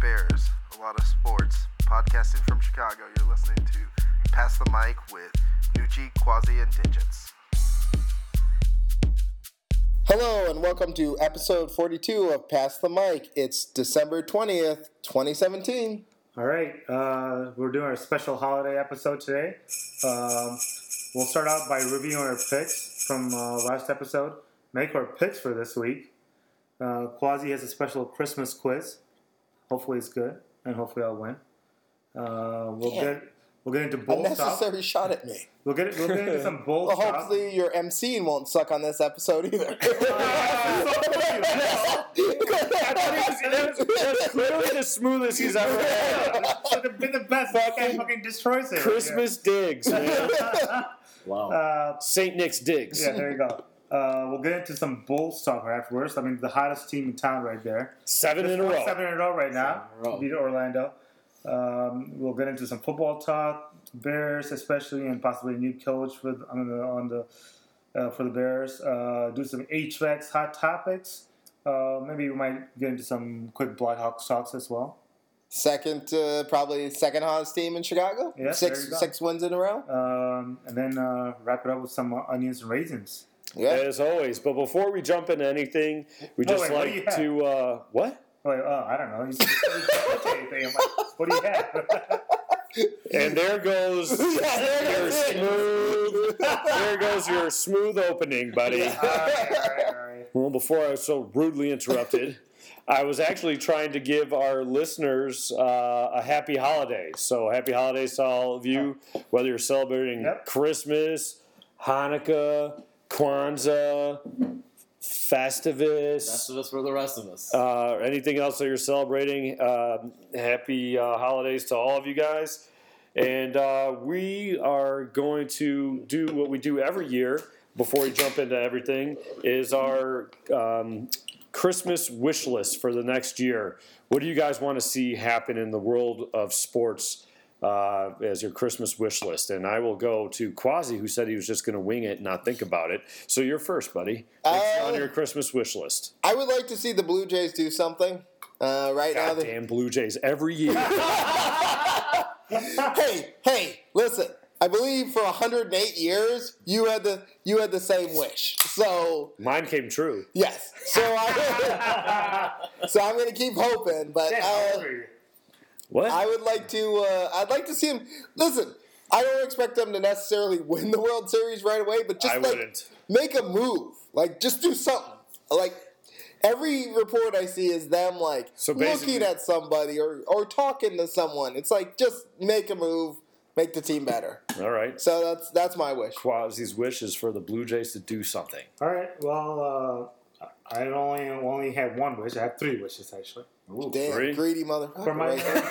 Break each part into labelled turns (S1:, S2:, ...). S1: Bears, a lot of sports. Podcasting from Chicago, you're listening to Pass the Mic with Nucci, Quasi, and Digits.
S2: Hello and welcome to episode 42 of Pass the Mic. It's December 20th, 2017.
S3: All right, uh, we're doing a special holiday episode today. Um, we'll start out by reviewing our picks from uh, last episode. Make our picks for this week. Uh, Quasi has a special Christmas quiz. Hopefully, it's good, and hopefully, I'll win. Uh, we'll
S2: Yeah.
S3: get we'll get into bowl stuff.
S2: Unnecessary shot at me.
S3: We'll get we'll get into some bowl
S2: Well,
S3: stuff.
S2: hopefully your MCing won't suck on this episode either.
S4: That's, that's clearly the smoothest he's ever had.
S3: So they've been the best. That guy fucking destroys it.
S4: Christmas digs, man. Wow.
S3: Uh,
S4: St. Nick's digs.
S3: yeah, there you go. Uh, we'll get into some bowl stuff right afterwards. I mean, the hottest team in town right there.
S4: Seven in a
S3: Just won
S4: row.
S3: Seven in a row right now.
S4: in a row.
S3: Beat Orlando. Um, we'll get into some football talk, Bears especially, and possibly a new coach with on the on the uh, for the Bears. Uh, do some HVACs hot topics. Uh, maybe we might get into some quick Blackhawks talks as well.
S2: second, uh, probably second hottest team in Chicago.
S3: Yeah, there you
S2: six
S3: go.
S2: six wins in a row.
S3: Um, and then uh, wrap it up with some uh, onions and raisins.
S2: Yeah.
S4: As always. But before we jump into anything, we
S3: Oh,
S4: just
S3: wait, what do you
S4: like
S3: have?
S4: to uh, what?
S3: Like, oh, I don't know. You said you can't say anything. I'm like, what do you have?
S4: And there goes
S2: Yeah, there
S4: your
S2: goes it.
S4: smooth. there goes your smooth opening, buddy.
S3: all right, all right, all right.
S4: Well, before I was so rudely interrupted, I was actually trying to give our listeners uh, a happy holiday. So, happy holidays to all of you, whether you're celebrating
S3: Yep.
S4: Christmas, Hanukkah, Kwanzaa,
S5: That's
S4: Festivus,
S5: us for the rest of us.
S4: uh, or anything else that you're celebrating. Um happy uh, holidays to all of you guys. And uh, we are going to do what we do every year before we jump into everything is our um, Christmas wish list for the next year. What do you guys want to see happen in the world of sports uh, as your Christmas wish list? And I will go to Quasi, who said he was just going to wing it and not think about it. So you're first, buddy. What's
S2: Uh,
S4: on your Christmas wish list?
S2: I would like to see the Blue Jays do something. Uh, right now, they,
S4: Goddamn Blue Jays every year.
S2: hey, hey, listen. I believe for 108 years you had the you had the same wish. So
S4: Mine came true.
S2: yes. So I so I'm gonna keep hoping, but
S3: Damn,
S4: Oh.
S2: uh,
S3: hungry.
S4: What?
S2: I would like to. Uh, I'd like to see him. Listen, I don't expect them to necessarily win the World Series right away, but just
S4: I
S2: like
S4: wouldn't.
S2: make a move. Like just do something. Like every report I see is them like
S4: So
S2: looking
S4: basically-
S2: at somebody or or talking to someone. It's like just make a move, make the team better.
S4: All right.
S2: So that's that's my wish.
S4: Quasi's wish is for the Blue Jays to do something.
S3: All right. Well, uh, I only only had one wish. I had three wishes actually.
S2: Damn,
S4: three?
S2: greedy motherfucker.
S3: For my,
S2: right?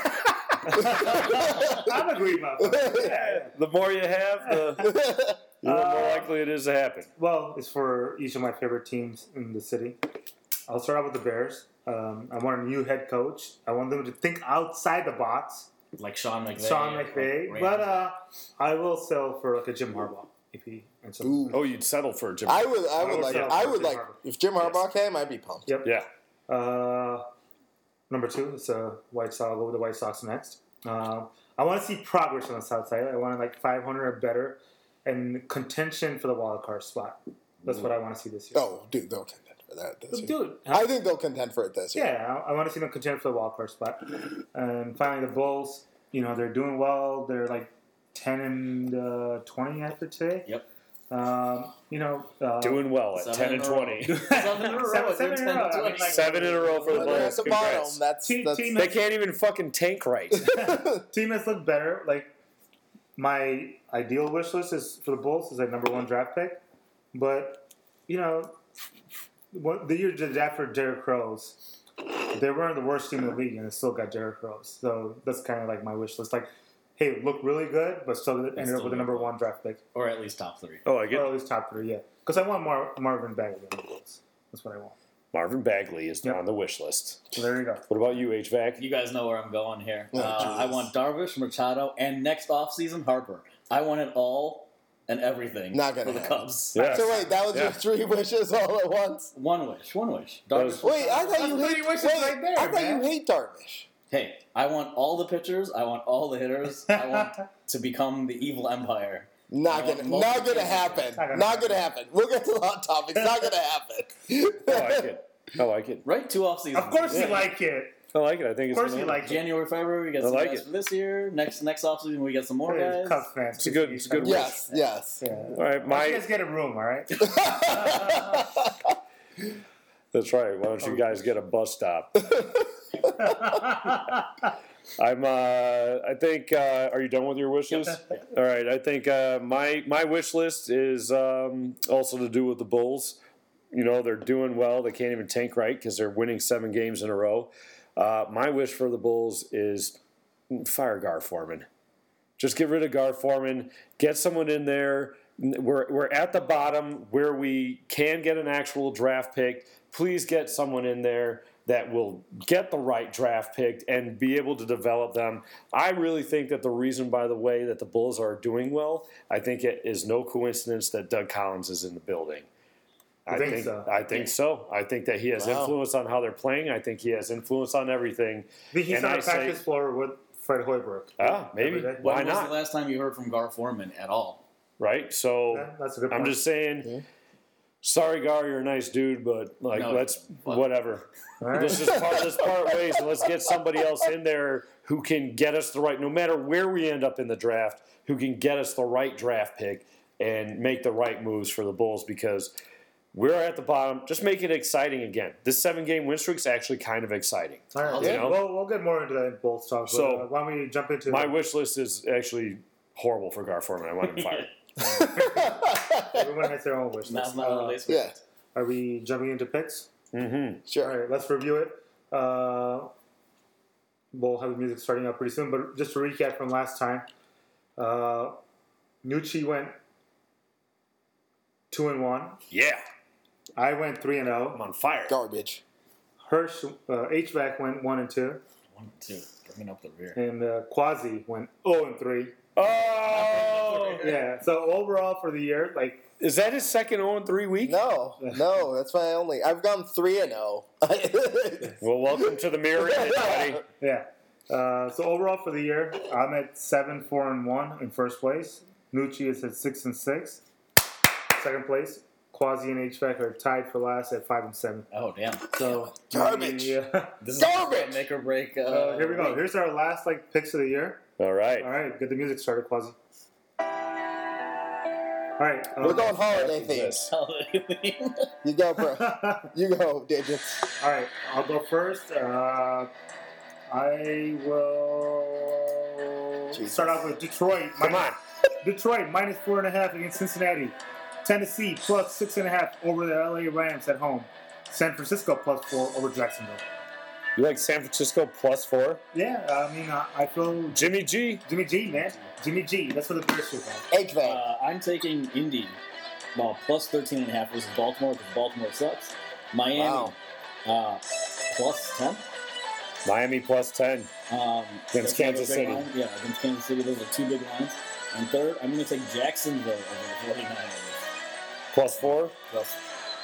S3: I'm agreeing about that. Yeah, yeah.
S4: The more you have, the, the more likely it is to happen.
S3: Well, it's for each of my favorite teams in the city. I'll start out with the Bears. Um, I want a new head coach. I want them to think outside the box.
S5: like Sean McVay.
S3: Sean McVay.
S5: Like
S3: but
S5: Rams.
S3: uh, I will sell for like a Jim Harbaugh if he ends up.
S2: Ooh.
S4: Oh, you'd settle for a Jim.
S2: I would, I would
S3: would
S2: like,
S3: settle
S2: I
S3: for
S2: would
S3: Jim
S2: like,
S3: Harbaugh.
S2: if Jim Harbaugh came, I'd be pumped.
S3: Yep.
S4: yeah.
S3: Uh, number two is uh, White Sox. I'll go with the White Sox next. Uh, I want to see progress on the South Side. I want like 500 or better, and contention for the wild card spot. That's what I want to see this year.
S2: Oh, dude, they'll contend for that. This year.
S3: dude.
S2: I think they'll contend for it this year.
S3: yeah, I, I want to see them contend for the wild card spot. And finally, the Bulls. You know they're doing well. They're like 10 and uh, 20 after today.
S5: Yep.
S3: Um, you know, uh,
S4: Doing well at 10
S5: Seven
S4: and
S5: in a row.
S4: 20.
S5: Seven in a row.
S3: Seven- seven
S5: They're
S3: in a row.
S5: 10
S3: I mean, like-
S4: Seven in a row for the
S2: But they're at
S4: Bulls.
S2: the bottom.
S4: Congrats.
S2: That's,
S3: Team-
S2: that's
S3: team-
S4: They can't even fucking tank right.
S3: team has looked better. Like my ideal wish list is for the Bulls is a number one draft pick, but you know, what, the year just after Derrick Rose, they weren't the worst team in the league, and they still got Derrick Rose. So that's kind of like my wish list. Like, hey, look really good, but still ended
S5: still
S3: up with the
S5: good.
S3: number one draft pick,
S5: or at least top three.
S4: Oh, I get
S3: or at least top three. Yeah, because I want Mar- Marvin Bagley on the Bulls. That's what I want.
S4: Marvin Bagley is
S3: Yep.
S4: on the wish list.
S3: So there you go.
S4: What about you, HVAC?
S5: You guys know where I'm going here.
S2: Oh,
S5: uh, I
S2: Jesus.
S5: want Darvish, Machado, and next offseason, Harper. I want it all and everything
S2: Not gonna
S5: for the
S2: happen.
S5: Cubs.
S4: Yeah.
S2: So wait, that was
S4: Yeah.
S2: your three wishes all at once.
S5: One wish, one wish.
S4: That was-
S5: Darvish.
S2: Wait, I thought
S3: That's
S2: you
S3: three
S2: hate.
S3: wishes
S2: wait,
S3: right there,
S2: I thought
S3: man.
S2: you hate Darvish.
S5: hey, I want all the pitchers. I want all the hitters. I want to become the evil empire.
S6: Not
S5: I
S6: gonna,
S5: want multiple
S6: not gonna
S5: pitchers.
S6: happen.
S3: I don't
S6: Not
S3: know.
S6: gonna happen. We'll get to the hot topics. Not gonna
S4: I like
S6: happen.
S4: it. I like it.
S5: Right, two off seasons.
S3: Of course
S4: Yeah.
S3: you like it.
S4: I like it. I
S3: Of
S4: think it's
S3: course you
S4: phenomenal.
S3: like it.
S5: January, February, we get
S4: I
S5: some
S4: like
S5: guys
S4: it.
S5: for this year. Next next offseason, we get some more
S3: Hey,
S5: guys.
S3: Cubs fans,
S4: It's a good- it's a good
S3: Yeah.
S6: yes, yes.
S3: Yeah.
S4: All right,
S3: Why don't you
S4: my
S3: guys get a room, all right?
S4: that's right. Why don't you guys get a bus stop? I'm. Uh, I think. Uh, are you done with your wish list? All right. I think uh, my my wish list is um, also to do with the Bulls. You know they're doing well. They can't even tank right because they're winning seven games in a row. Uh, my wish for the Bulls is fire Gar Foreman. Just get rid of Gar Foreman. Get someone in there. We're, we're at the bottom where we can get an actual draft pick. Please get someone in there that will get the right draft pick and be able to develop them. I really think that the reason, by the way, that the Bulls are doing well, I think it is no coincidence that Doug Collins is in the building. I
S3: think so.
S4: I think so. I think that he has
S6: Wow.
S4: influence on how they're playing. I think he has influence on everything.
S3: He's
S4: And
S3: on
S4: I
S3: the
S4: say-
S3: practice floor with Fred Hoiberg.
S4: Ah, maybe.
S3: Every day.
S5: When
S4: Why
S5: was
S4: not?
S5: the last time you heard from Gar Foreman at all?
S4: right? So
S3: Yeah, that's a good
S4: I'm
S3: point.
S4: just saying. Sorry, Gar, you're a nice dude, but like,
S5: No,
S4: let's
S5: fuck.
S4: whatever.
S3: All right.
S4: Let's just part, let's part ways and let's get somebody else in there who can get us the right, no matter where we end up in the draft, who can get us the right draft pick and make the right moves for the Bulls because we're at the bottom. Just make it exciting again. This seven game win streak's actually kind of exciting.
S3: All right.
S4: Yeah.
S3: Well, we'll get more into that in Bulls talk. but,
S4: So-
S3: uh, why don't we jump into
S4: My wish list is actually horrible for Gar Foreman. I want him fired.
S3: everyone has their own wish
S5: That's
S3: list.
S5: not
S3: Uh,
S5: what it
S6: yeah,
S3: are we jumping into picks?
S4: mm-hmm.
S6: sure.
S3: All right, let's review it. Uh, we'll have the music starting up pretty soon, but just to recap from last time, uh, Nucci went two and one.
S4: Yeah,
S3: I went three and
S4: I'm
S3: zero.
S4: on fire.
S6: Garbage.
S3: Hirsch uh, HVAC went one and two,
S5: One, two, bringing up the rear.
S3: and uh, Quasi went zero and three.
S4: Oh,
S3: Yeah. So overall for the year, like
S4: Is that his second 0 3 week?
S6: No, no, that's my only. I've gone three and oh. zero.
S4: Well, welcome to the mirror, everybody.
S3: yeah. Uh, so overall for the year, I'm at seven, four, and one in first place. Nucci is at six and six. Second place. Quasi and HVAC are tied for last at five and seven.
S5: Oh, damn.
S3: So
S6: Garbage.
S3: yeah.
S5: This
S6: Garbage!
S5: is make or break. Uh,
S3: Uh, here we go. Here's our last like picks of the year.
S4: All
S3: All
S4: right.
S3: right, get the music started, Quasi. All right. um,
S6: We're going holiday themes.
S4: Yes.
S6: You go, bro. You go, David.
S3: All right, I'll go first. Uh, I will
S6: Jesus.
S3: start off with Detroit.
S4: Come on.
S3: minus- Detroit minus four and a half against Cincinnati. Tennessee plus six and a half over the LA Rams at home. San Francisco plus four over Jacksonville.
S4: You like San Francisco plus four?
S3: Yeah, I mean, I, I feel
S4: Jimmy G.
S3: Jimmy G, man. Jimmy G. That's what the Bears should have.
S6: HVAC.
S5: Uh, I'm taking Indy, well, plus 13 and a half versus Baltimore because Baltimore sucks. Miami,
S6: Wow.
S5: uh, plus 10.
S4: Miami plus 10.
S5: Um,
S4: Against
S5: those are
S4: Kansas
S5: big
S4: City.
S5: lines. Yeah, against Kansas City. Those are two big lines. And third, I'm going to take Jacksonville over the 49ers.
S4: Plus four?
S5: Plus,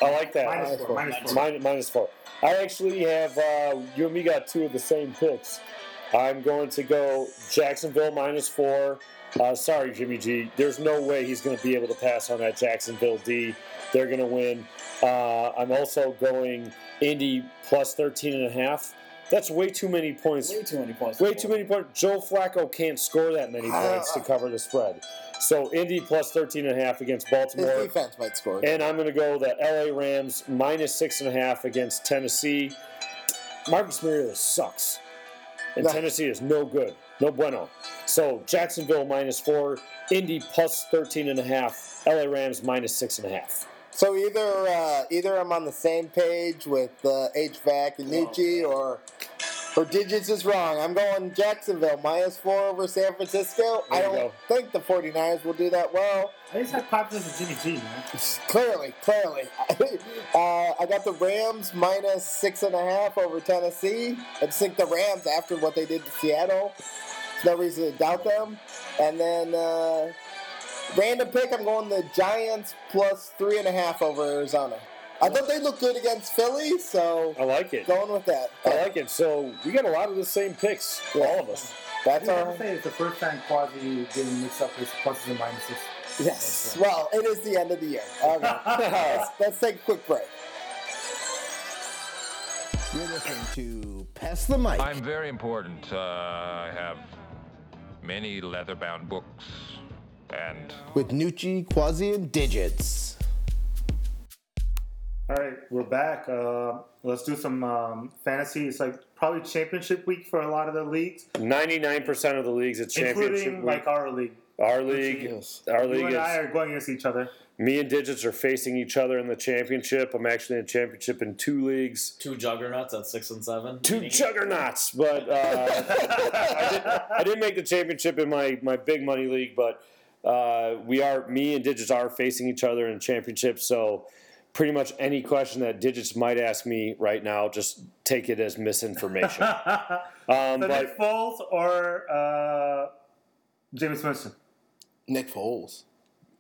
S4: I like that.
S3: Minus four. Minus four.
S4: Min- minus four. I actually have, uh, you and me got two of the same picks. I'm going to go Jacksonville minus four. Uh, sorry, Jimmy G. There's no way he's going to be able to pass on that Jacksonville D. They're going to win. Uh, I'm also going Indy plus 13 and a half. That's way too many points
S5: way too many points.
S4: Way too many points. Joe Flacco can't score that many points to cover the spread. So Indy plus 13 and a half against
S6: His
S4: Baltimore.
S6: defense might score.
S4: And I'm going to go the LA Rams minus six and a half against Tennessee. Marcus Mariota sucks. And
S6: No.
S4: Tennessee is no good. No bueno. So Jacksonville minus four, Indy plus 13 and a half, LA Rams minus six and a half.
S6: So either uh, either I'm on the same page with uh, HVAC and
S4: Oh,
S6: Nucci, or or digits is wrong. I'm going Jacksonville minus four over San Francisco. I
S4: There
S6: don't
S4: you go.
S6: think the 49ers will do that well.
S3: I just have confidence in Jimmy G, man.
S6: Clearly, clearly. uh, I got the Rams minus six and a half over Tennessee. I just think the Rams, after what they did to Seattle, there's no reason to doubt them. And then uh, random pick, I'm going the Giants plus three and a half over Arizona. I thought they looked good against Philly, so
S4: I like it.
S6: going with that.
S4: I like it. So we got a lot of the same picks,
S6: Yeah.
S4: all of us.
S3: I
S6: That's
S3: think I
S6: our
S3: would say it's the first time Quasi didn't mix up his pluses and minuses.
S6: yes. Well, it is the end of the year. All right. let's, let's take a quick break.
S2: You're listening to Pass the Mic.
S7: I'm very important. Uh, I have many leather bound books and
S2: with Nucci, Quasi, and Digits.
S3: All right, we're back. Uh, let's do some um, fantasy. It's like probably championship week for a lot of the leagues,
S4: Ninety-nine percent of the leagues, it's championship.
S3: including
S4: week.
S3: like our league.
S4: our league,
S6: Yes.
S4: our
S3: You
S4: league
S3: and I
S4: is.
S3: are going against each other.
S4: Me and Digits are facing each other in the championship. I'm actually in championship in two leagues.
S5: Two juggernauts at six and seven.
S4: two
S5: Meaning-
S4: juggernauts. But uh, I, didn't, I didn't make the championship in my, my big money league. But uh, we are me and Digits are facing each other in championship. So pretty much any question that Digits might ask me right now, just take it as misinformation. um,
S3: So
S4: but
S3: Nick Foles or uh, James Winston?
S2: Nick Foles.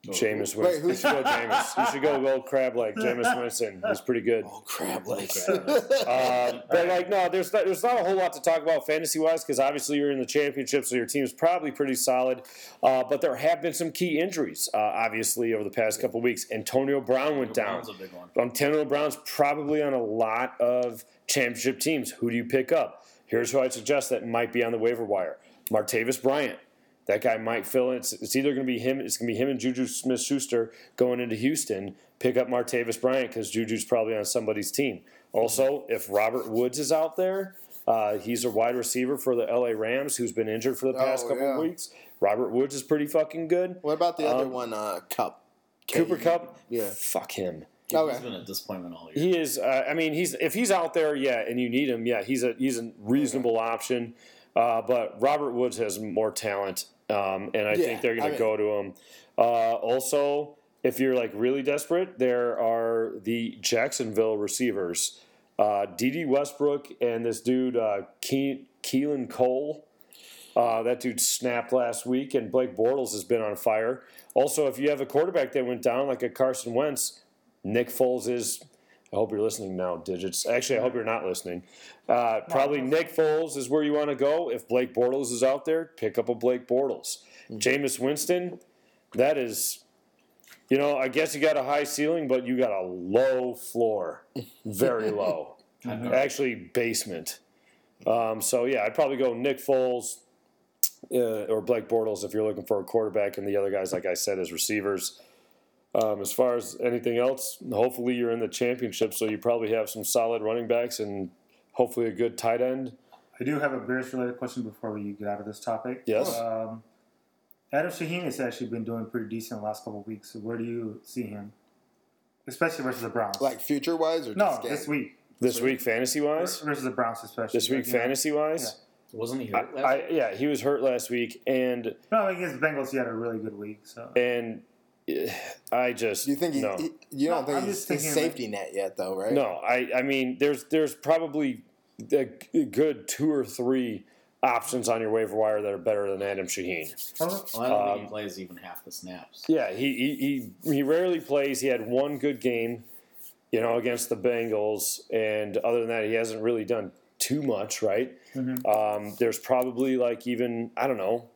S4: Jameis Winston,
S6: Wait,
S4: you
S6: who's-
S4: should go Jameis. You should go go crab like Jameis Winston. He's pretty good.
S2: Oh, crab legs.
S4: Um, but like, no, there's not, there's not a whole lot to talk about fantasy wise because obviously you're in the championship, so your team's probably pretty solid. Uh, but there have been some key injuries, uh, obviously, over the past couple weeks. Antonio Brown went down.
S5: Brown's a big one.
S4: Antonio Brown's probably on a lot of championship teams. Who do you pick up? Here's who I suggest that might be on the waiver wire: Martavis Bryant. That guy might fill in. It's, it's either going to be him. It's going to be him and Juju Smith-Schuster going into Houston. Pick up Martavis Bryant because Juju's probably on somebody's team. Also, if Robert Woods is out there, uh, he's a wide receiver for the LA Rams who's been injured for the past
S6: Oh,
S4: couple
S6: yeah.
S4: weeks. Robert Woods is pretty fucking good.
S2: What about the other
S4: Um,
S2: one, uh, Cup?
S4: Cooper
S2: K-
S4: Cup,
S2: Yeah.
S4: fuck him.
S5: He's
S6: Okay.
S5: been a disappointment all year.
S4: He is. Uh, I mean, he's if he's out there, yeah, and you need him, yeah, he's a he's a reasonable option. Uh, but Robert Woods has more talent, um, and I think they're
S2: I
S4: going to
S2: mean-
S4: go to him. Uh, also, if you're like really desperate, there are the Jacksonville receivers, uh, D.D. Westbrook and this dude uh, Ke- Keelan Cole. Uh, that dude snapped last week, and Blake Bortles has been on fire. Also, if you have a quarterback that went down like a Carson Wentz, Nick Foles is. I hope you're listening now, digits. Actually, I hope you're not listening. Uh, probably Nick Foles is where you want to go. If Blake Bortles is out there, pick up a Blake Bortles. Jameis Winston, that is, you know, I guess you got a high ceiling, but you got a low floor, very low. Actually, basement. Um, so yeah, I'd probably go Nick Foles uh, or Blake Bortles if you're looking for a quarterback, and the other guys, like I said, as receivers. Um, as far as anything else, hopefully you're in the championship, so you probably have some solid running backs and hopefully a good tight end.
S3: I do have a Bears related question before we get out of this topic.
S4: Yes.
S3: Um, Adam Shaheen has actually been doing pretty decent the last couple of weeks. So where do you see him? Especially versus the Browns.
S2: Like future wise or
S3: no,
S2: just game?
S3: this week.
S4: This week, fantasy wise,
S3: Versus the Browns, especially.
S4: this week,
S3: Like, you know,
S4: fantasy wise,
S5: Wasn't he
S4: I,
S5: hurt last
S4: I, yeah, he was hurt last week, and
S3: No, against the Bengals, he had a really good week. So
S4: and eh, I just
S2: Do you think he,
S4: no.
S2: he- you don't
S3: No,
S2: think
S3: I'm
S2: he's,
S3: just
S2: he's
S3: thinking
S2: safety net yet though, right?
S4: No, I, I mean, there's there's probably a g- good two or three options on your waiver wire that are better than Adam Shaheen.
S5: Well, I don't
S4: uh,
S5: think he plays even half the snaps.
S4: Yeah, he, he he he rarely plays. He had one good game, you know, against the Bengals, and other than that, he hasn't really done too much. Right? Um, there's probably like even I don't know.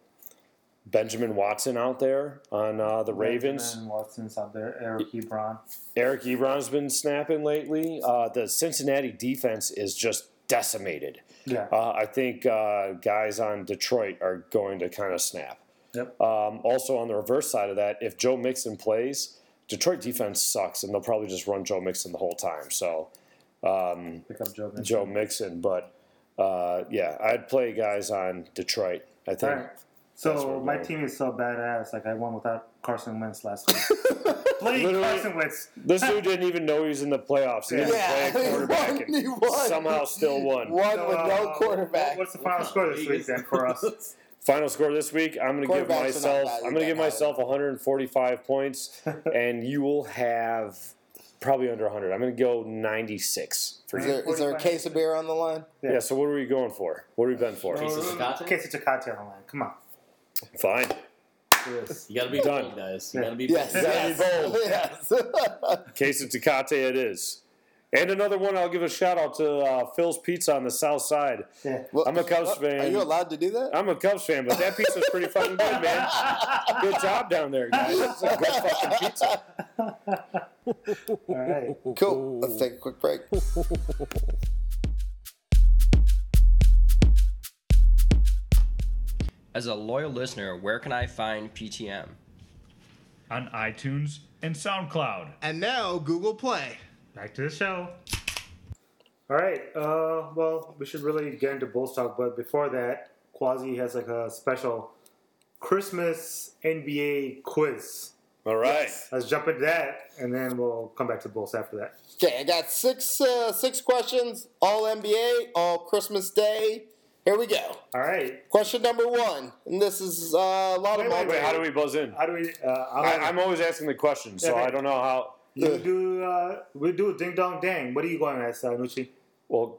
S4: Benjamin Watson out there on uh, the Ravens.
S3: And Watson's out there. Eric Ebron.
S4: Eric Ebron's been snapping lately. Uh, the Cincinnati defense is just decimated.
S3: Yeah.
S4: Uh, I think uh, guys on Detroit are going to kind of snap.
S3: Yep.
S4: Um, also, on the reverse side of that, if Joe Mixon plays, Detroit defense sucks, and they'll probably just run Joe Mixon the whole time. So
S3: Pick up Joe. Mixon.
S4: Joe Mixon, but uh, yeah, I'd play guys on Detroit. I
S3: All
S4: think.
S3: right. So
S4: we're
S3: my
S4: going.
S3: team is so badass. Like I won without Carson Wentz last week. Playing
S4: Literally.
S3: Carson Wentz.
S4: This dude didn't even know he was in the playoffs. He didn't
S6: Yeah,
S4: play a
S6: he
S4: quarterback
S6: won.
S4: and
S6: He won.
S4: somehow still won.
S6: One
S3: So,
S6: with
S3: uh,
S6: no
S3: what-
S6: quarterback.
S3: What's the final score this week then for us?
S4: Final score this week. I'm going to
S6: Quarterbacks
S4: give
S6: are not
S4: myself.
S6: valued
S4: I'm going to
S6: that
S4: give
S6: highly.
S4: myself 145 points, and you will have probably under 100. I'm going to go 96 for
S6: Is
S4: you.
S6: there, is there a case of beer on the line?
S4: Yeah. So what are we going for? What are we been for?
S5: Piece of Chicago?
S3: Okay, it's a cocktail line. Come on.
S4: Fine.
S3: for this.
S5: You gotta be
S4: Done.
S5: bold, guys. You
S3: Yeah.
S5: gotta be bold.
S8: Yes, yes, yes.
S4: Case of Tecate it is. And another one, I'll give a shout out to uh, Phil's Pizza on the South Side.
S3: Yeah.
S8: Well,
S4: I'm a Cubs
S8: what-
S4: fan.
S8: Are you allowed to do that?
S4: I'm a Cubs fan, but that pizza's pretty fucking good, man. Good job down there, guys. It's a good fucking pizza.
S3: All right.
S8: Cool. Let's take a quick break.
S9: As a loyal listener, where can I find PTM?
S10: on iTunes and SoundCloud.
S11: And now Google Play.
S10: Back to the show.
S3: All right. Uh, well, we should really get into Bulls talk, but before that, Quasi has like a special Christmas NBA quiz.
S4: All right.
S3: Let's jump into that, and then we'll come back to the Bulls after that.
S2: Okay, I got six uh, six questions, all NBA, all Christmas Day. Here we go.
S3: All right.
S2: Question number one, and this is uh, a lot of my
S3: Wait,
S4: Wait, how do we buzz in?
S3: How do we? Uh, I'll
S4: I, I'm always asking the question, so I don't know how.
S3: you do. Uh, we do a ding dong dang. What are you going at, uh, Sanucci?
S4: Well,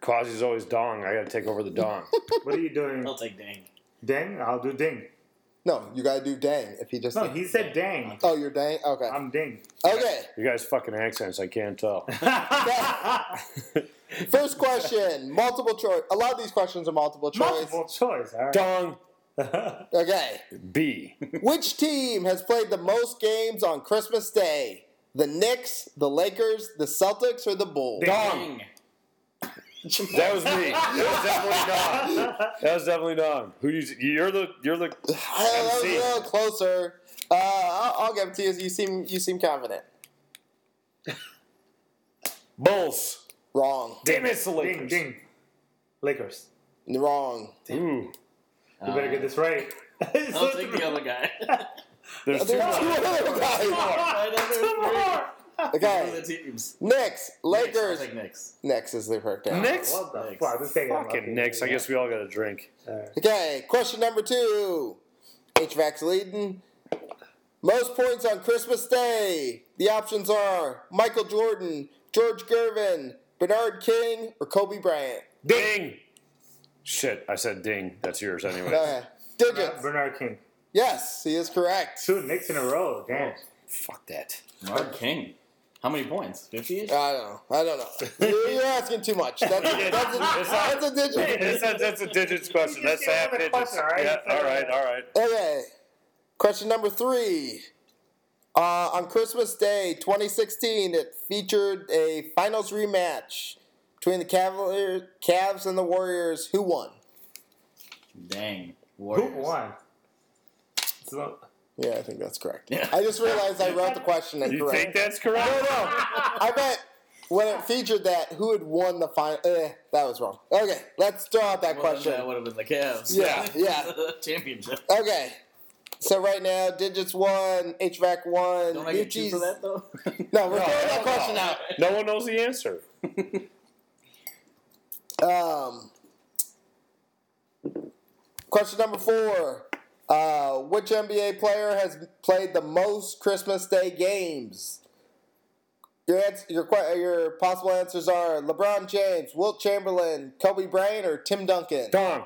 S4: Quasi's always dong. I got to take over the dong.
S3: What are you doing?
S5: I'll take dang.
S3: dang. I'll do ding.
S2: No, you gotta do dang. If you just
S3: No, he said dang.
S2: oh, you're dang. Okay,
S3: I'm ding.
S2: okay.
S4: you guys fucking accents, I can't tell.
S2: First question, multiple choice. A lot of these questions are multiple choice.
S3: Multiple choice. All right.
S4: dong
S2: Okay,
S4: B.
S2: which team has played the most games on Christmas Day? The Knicks, the Lakers, the Celtics, or the Bulls?
S3: Dang.
S4: Dong.
S5: Dang.
S4: That was me. That was definitely dong. That was definitely dong. Who you? You're the. You're the.
S2: I don't know, that was
S4: MC.
S2: a little closer. Uh, I'll, I'll give it to you. You seem you seem confident.
S4: Bulls.
S2: Wrong.
S4: Damn it, it's the
S3: Ding
S4: Lakers.
S3: ding. Lakers.
S2: Wrong.
S4: Ooh,
S3: You better
S5: Uh,
S3: get this right.
S5: I'll take the other guy.
S4: there's
S2: There's
S4: two.
S2: two other guys.
S5: I know there's three. Who are
S2: Okay.
S5: the teams?
S2: Knicks,
S5: I'll
S2: Lakers.
S5: take Knicks.
S2: Knicks is the correct answer.
S4: Knicks.
S3: What the
S5: Thanks.
S3: fuck? This guy got lucky.
S4: Fucking Knicks. I guess we all got a drink.
S2: Okay. Question number two. HVAC's leading. Most points on Christmas Day. The options are Michael Jordan, George Gervin, Bernard King, or Kobe Bryant.
S4: Ding. Shit, I said ding. That's yours anyway.
S2: Okay. Digits.
S3: Bernard King.
S2: Yes, he is correct.
S3: Two Knicks in a row. Damn.
S8: Fuck that.
S5: Mark King. How many points? 50 ish?
S2: I don't know. I don't know. You're, you're asking too much. That's a, that's a, that's a digit.
S4: that's, a, that's a digits question.
S3: You just
S4: That's
S3: gave
S4: half
S3: him a
S4: digits.
S3: question, all right?
S4: Yeah, all right, all right.
S2: Okay. Question number three. Uh, on Christmas Day 2016, it featured a finals rematch between the Cavaliers, Cavs and the Warriors. Who won?
S5: Dang.
S3: Who
S5: Warriors.
S3: won? So,
S2: Yeah, I think that's correct.
S5: Yeah.
S2: I just realized I wrote the question
S4: You
S2: incorrect.
S4: think that's correct?
S2: No, no. I bet when it featured that, who had won the final? Eh, that was wrong. Okay, let's throw out that
S5: Well,
S2: question.
S5: That would have been the Cavs.
S2: Yeah, yeah.
S5: Championship.
S2: Okay. So right now, digits one, HVAC one.
S5: Don't I get two
S2: Nucci's-
S5: for that though?
S2: No, we're throwing that question out.
S4: No one knows the answer.
S2: Um, question number four. Uh, which NBA player has played the most Christmas Day games? Your, ans- your, que- your possible answers are LeBron James, Wilt Chamberlain, Kobe Bryant, or Tim Duncan.
S4: Dong.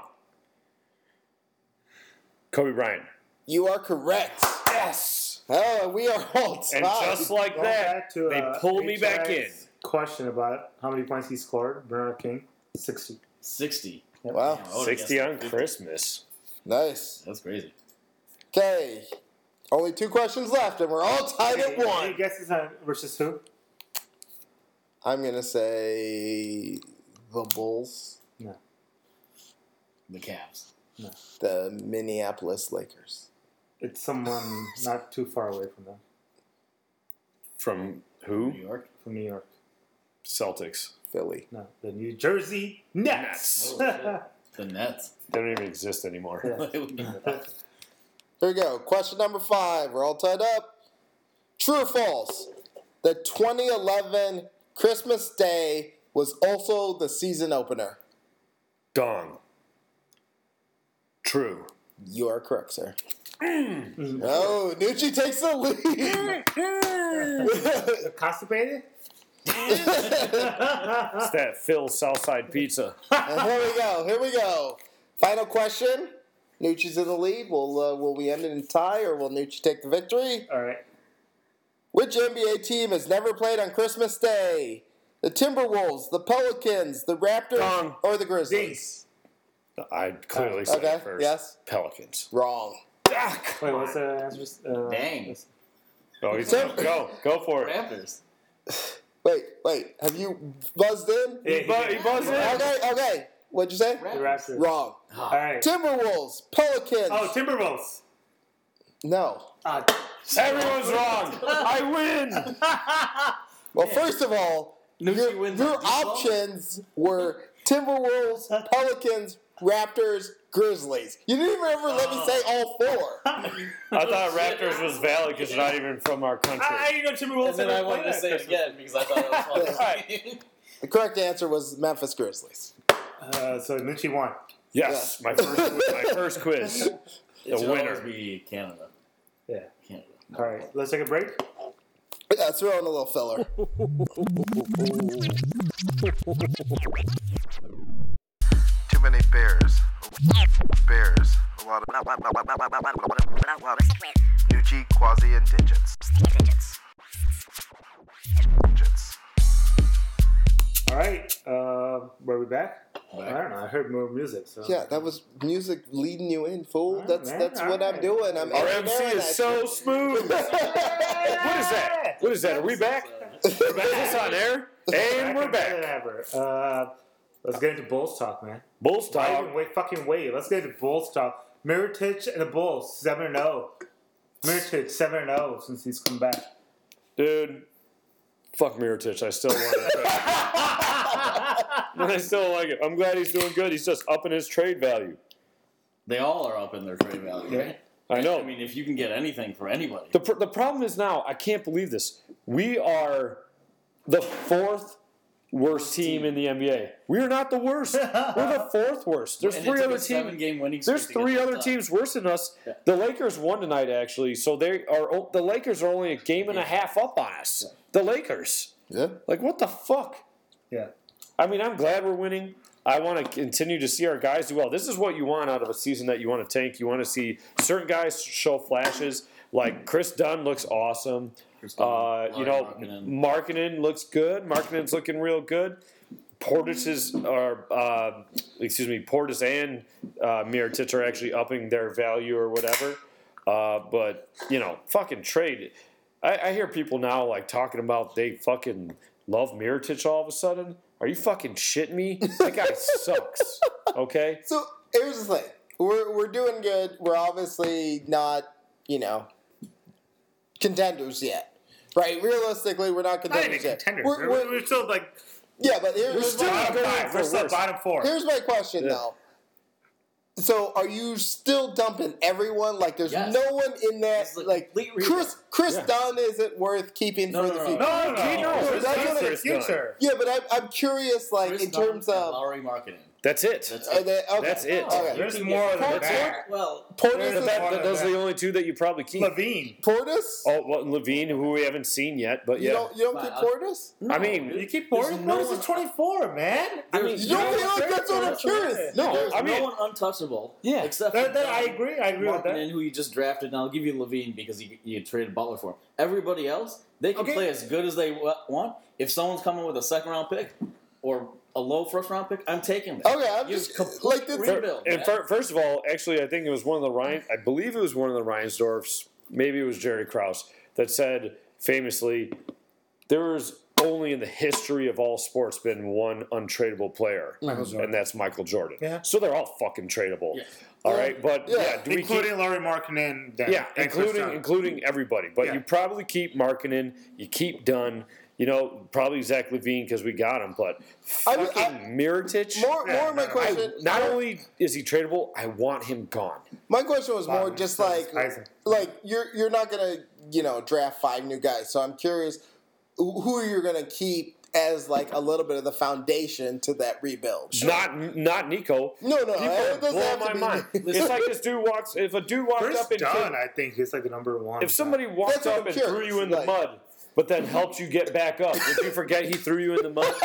S4: Kobe Bryant.
S2: You are correct.
S4: Yes.
S2: Oh, we are all tied.
S4: And just like
S3: going
S4: that,
S3: back to,
S4: they
S3: uh,
S4: pulled me back in.
S3: HI's Question about how many points he scored. Bernard King, sixty.
S5: 60.
S2: wow,
S5: Oh, I would've
S4: 60
S5: guessed
S4: on
S5: 50.
S4: Christmas.
S2: nice.
S5: That's crazy.
S2: Okay, only two questions left, and we're all tied at
S3: Any
S2: one.
S3: guesses on versus who?
S2: I'm gonna say the Bulls.
S5: The Cavs.
S2: the Minneapolis Lakers.
S3: It's someone not too far away from them,
S4: From who?
S5: New York.
S3: from New York.
S4: Celtics.
S2: Philly.
S3: No, the New Jersey Nets.
S5: Oh, The Nets.
S4: They don't even exist anymore.
S3: Yeah.
S2: Here we go. Question number five. We're all tied up. True or false? The 2011 Christmas Day was also the season opener.
S4: Dong. True.
S2: You are correct, sir. Oh, Nucci takes the lead.
S3: Constipated? Ah.
S4: It's that Phil Southside pizza.
S2: And here we go. Here we go. Final question. Nucci's in the lead. Will uh, will we end it in tie or will Nucci take the victory?
S3: All right.
S2: Which NBA team has never played on Christmas Day? The Timberwolves, the Pelicans, the Raptors,
S4: Wrong.
S2: or the Grizzlies?
S4: I clearly said
S2: okay,
S4: it first.
S2: yes.
S4: Pelicans.
S2: Wrong.
S3: Wait, what's the answer? Uh,
S5: Dang.
S4: Oh, he's
S2: Tim-
S4: go go for it.
S5: Raptors.
S2: Wait, wait. Have you buzzed in?
S3: Yeah, he
S4: Bu-
S3: did.
S4: he buzzed in.
S2: Okay, okay. What'd you say?
S3: The Raptors.
S2: Wrong.
S3: All right.
S2: Timberwolves, Pelicans.
S3: Oh, Timberwolves.
S2: no.
S3: Ah,
S4: Everyone's wrong. I win.
S2: Well, first of all,
S5: Nucci
S2: your,
S5: wins
S2: your
S5: on default?
S2: options were Timberwolves, Pelicans, Raptors, Grizzlies. You didn't even ever let me say all four.
S4: I thought Raptors was valid because you're not even from our country.
S3: I, you know Timberwolves.
S5: And then I
S3: never
S5: wanted
S3: played
S5: to
S3: at
S5: say it
S3: Christmas.
S5: again because I thought it was funny.
S2: The correct answer was Memphis Grizzlies.
S3: Uh, so Nucci won.
S4: yes, my first my first quiz.
S5: It should
S4: winner.
S5: always be Canada.
S3: Yeah.
S5: Canada.
S3: All right. Let's take a break.
S2: Yeah, throw in a little filler.
S1: Too many bears. Bears. A lot of. Nucci, Quasi, and Digits. Digits.
S3: All right. Uh, were we back? I don't know. I heard more music. So.
S2: Yeah, that was music leading you in, fool.
S3: All
S2: that's
S3: right,
S2: that's
S3: all
S2: what I'm
S3: right.
S2: doing. I'm
S4: Our
S2: Aaron
S4: MC
S2: Aaron, I
S4: is so smooth. what is that? What is that? Are we back? We're back. Is this on air? And we're
S3: Better
S4: back.
S3: than ever. Uh, let's get into Bulls talk, man.
S4: Bulls
S3: I
S4: talk.
S3: even wait, fucking wait. Let's get into Bulls talk. Miritich and the Bulls, 7 and 0. Miritich, 7 and 0 since he's come back.
S4: Dude, fuck Miritich. I still want to I still like it. I'm glad he's doing good. He's just upping his trade value.
S5: They all are up in their trade value, right?
S4: I know.
S5: I mean, if you can get anything for anybody,
S4: The, pr- the problem is now, I can't believe this. We are the fourth worst team in the NBA. We are not the worst. We're the fourth worst. There's
S5: And it
S4: three
S5: took
S4: other
S5: a
S4: teams.
S5: seven-game winning streak
S4: There's
S5: to get
S4: three
S5: that
S4: other
S5: done.
S4: teams worse than us. The Lakers won tonight, actually. So they are. o- The Lakers are only a game and a half up on us. The Lakers.
S2: Yeah.
S4: Like what the fuck?
S3: Yeah.
S4: I mean, I'm glad we're winning. I want to continue to see our guys do well. This is what you want out of a season that you want to tank. You want to see certain guys show flashes. Like Chris Dunn looks awesome. Uh, you know, Markkinen looks good. Markkinen's looking real good. Portis is, or uh, excuse me, Portis and uh, Miritich are actually upping their value or whatever. Uh, but you know, fucking trade. I, I hear people now like talking about they fucking love Miritich all of a sudden. Are you fucking shitting me? That guy sucks. Okay.
S2: So here's the thing: we're we're doing good. We're obviously not, you know, contenders yet, right? Realistically, we're not
S3: Not even
S2: contenders yet.
S3: contenders.
S2: We're,
S3: We're,
S2: we're-
S3: we're still like
S2: yeah, but here- here's, my,
S4: not
S3: bottom
S4: good
S3: five.
S4: for
S3: We're still
S4: worse.
S3: bottom four.
S2: here's my question though. So are you still dumping everyone? Like, there's
S5: Yes.
S2: no one in that.
S5: It's like
S2: Like,
S5: complete rebuild.
S2: Chris Chris
S4: Yeah.
S2: Dunn isn't worth keeping
S5: No,
S2: for
S5: no,
S2: the
S5: no, no.
S2: future.
S3: no, no,
S4: He knows.
S3: no.
S2: That's what it
S4: is.
S3: future.
S2: Yeah, but I'm, I'm curious, like
S5: Chris
S2: in
S5: Dunn
S2: terms
S5: and
S2: of
S5: Lowry marketing.
S4: That's it.
S5: That's
S2: are they, okay.
S4: That's it.
S2: Okay.
S3: There's more than
S2: Portis-
S3: that.
S5: Well,
S2: Portis, is,
S4: That-
S3: That's
S4: that- those are the only two that you probably keep.
S3: Levine.
S2: Portis.
S4: Oh, well, Levine, who we haven't seen yet, but
S2: you
S4: yeah.
S2: don't you don't
S5: Fine,
S2: keep
S5: I'll-
S2: Portis?
S5: no,
S4: I mean,
S5: dude.
S4: you
S3: keep
S5: There's
S3: Portis?
S5: no
S3: Portis
S5: one-
S3: is 24, man. I mean,
S5: There's
S2: You don't
S5: no
S2: feel like that's what I'm curious.
S4: No, I
S5: no
S4: mean,
S5: one untouchable.
S4: Yeah.
S5: except
S3: That-
S5: for
S3: that- I
S5: Dunn,
S3: agree, I agree with that.
S5: Markkanen, who you just drafted, and I'll give you Levine because you, you traded Butler for him. Everybody else, they can
S3: Okay.
S5: play as good as they wa- want. If someone's coming with a second round pick or a low first round pick, I'm taking that.
S2: Okay, I'm
S5: You
S2: just
S5: complete
S2: like the
S4: Fir-
S5: rebuild.
S4: and
S5: man.
S4: fir- first of all, actually, I think it was one of the Ryan. I believe it was one of the Reinsdorfs. Maybe it was Jerry Krause that said famously, "There is only in the history of all sports been one untradeable player, and that's Michael Jordan."
S3: Yeah.
S4: So they're all fucking tradable.
S5: Yeah.
S4: All right, but yeah,
S2: Yeah.
S4: do we keep
S3: including Larry Markkinen. Dan-
S4: Yeah,
S3: and Chris
S4: including
S3: Dunn.
S4: including everybody. But
S3: Yeah.
S4: you probably keep Markkinen, you keep Dunn, you know, probably Zach Levine because we got him. But
S2: I
S4: fucking
S2: would-
S4: Miritich,
S2: more
S3: Yeah,
S2: more of my
S3: no, no.
S4: I-
S2: question.
S4: not only is he tradable, I want him gone.
S2: my question was more
S3: Bottom
S2: just
S3: is
S2: like
S3: Isaac.
S2: like you're you're not gonna you know draft five new guys. So I'm curious who who you're gonna keep as like a little bit of the foundation to that rebuild.
S4: Not not Nico.
S2: No, no,
S4: People
S2: it
S4: are
S2: doesn't
S4: blowing
S2: have to
S4: my
S2: be-
S4: mind. it's like this dude walks. If a dude walked
S3: Chris
S4: up and
S3: Dunn,
S4: kicked,
S3: I think, is like the number one.
S4: if somebody walked
S2: That's what
S4: up
S2: I'm
S4: and
S2: curious,
S4: threw you in
S2: like-
S4: the mud, but then helped you get back up, would you forget he threw you in the mud?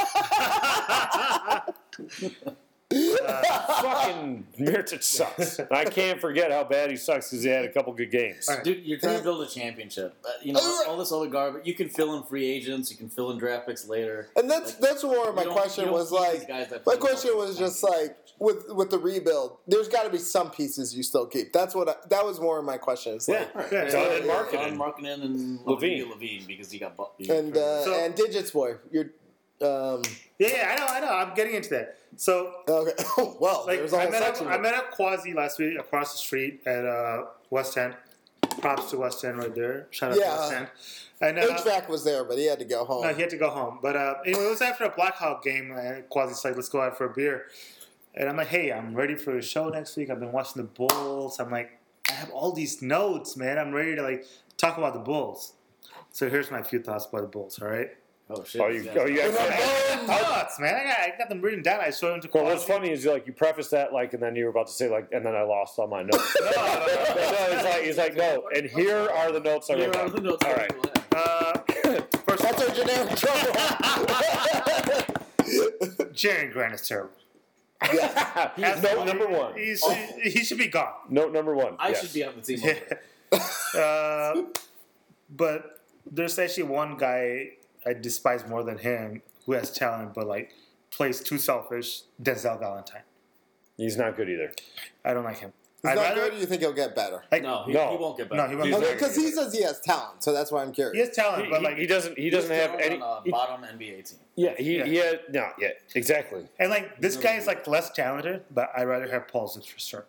S4: Fucking Miritich sucks. I can't forget how bad he sucks because he had a couple good games.
S3: All right.
S5: Dude, you're trying to build a championship. Uh, you know, all this other garbage. You can fill in free agents. You can fill in draft picks later.
S6: And that's
S5: Like,
S6: that's where my
S5: you don't-
S6: question
S5: you don't
S6: was
S5: need these
S6: like
S5: guys that
S6: my
S5: play well
S6: question
S5: all
S6: was
S5: the
S6: just
S5: time.
S6: like with with the rebuild, there's got to be some pieces you still keep. That's what I, that was more of my question. It's like,
S4: Yeah, yeah. Don and
S5: Don
S4: marketing.
S5: Markkinen and
S4: Levine.
S5: Levine. Levine because he got bu-
S6: and uh,
S3: So-
S6: and digits boy, you're um
S3: Yeah, yeah, I know, I know. I'm getting into that. So
S6: okay. Oh, well,
S3: like
S6: there's a
S3: I
S6: whole
S3: met up,
S6: section.
S3: I met up Quasi last week across the street at uh, West End. Props to West End right there. Shout out
S6: Yeah.
S3: to West End. And uh,
S6: HVAC was there, but he had to go home.
S3: no, he had to go home. But uh, anyway, it was after a Blackhawk game. Uh, Quasi's like, "Let's go out for a beer," and I'm like, "Hey, I'm ready for the show next week. I've been watching the Bulls. I'm like, I have all these notes, man. I'm ready to like talk about the Bulls." So here's my few thoughts about the Bulls. All right.
S5: Oh shit!
S4: Oh, you,
S5: Yeah.
S4: oh, you actually,
S3: I got thoughts, man. I got, I got them written down. I showed them to
S4: well,
S3: Quasi.
S4: what's funny is you like you prefaced that like, and then you were about to say like, and then I lost all my notes. no, no, no, he's like, he's like, no. And here are the notes I
S5: Here
S4: wrote.
S5: are the
S4: down.
S5: notes.
S4: All right.
S3: Uh, first
S6: That's our generic trouble.
S3: Jaron Grant is terrible.
S4: Note number one.
S3: He should, he should be gone.
S4: Note number one.
S5: I
S4: yes.
S5: should be on the team. over there.
S3: Uh, but there's actually one guy I despise more than him who has talent, but like plays too selfish. Denzel Valentine.
S4: He's not good either.
S3: I don't like him.
S6: Is
S3: I'd
S6: that
S3: rather
S6: good? or You think he'll get better?
S3: like,
S5: No, he,
S4: No.
S5: he won't get
S3: no,
S5: back.
S3: he won't.
S6: Okay, because he says he has talent, so that's why I'm
S3: he
S6: curious.
S3: has talent,
S4: He,
S3: but
S4: he-
S3: like
S4: he doesn't. He doesn't have any.
S5: on a
S4: he-
S5: bottom NBA team.
S4: yeah, he.
S3: uh, Yeah.
S4: Yeah. No. Yeah. Exactly.
S3: and like this guy is like less talented, but I'd rather have Paul Zipser.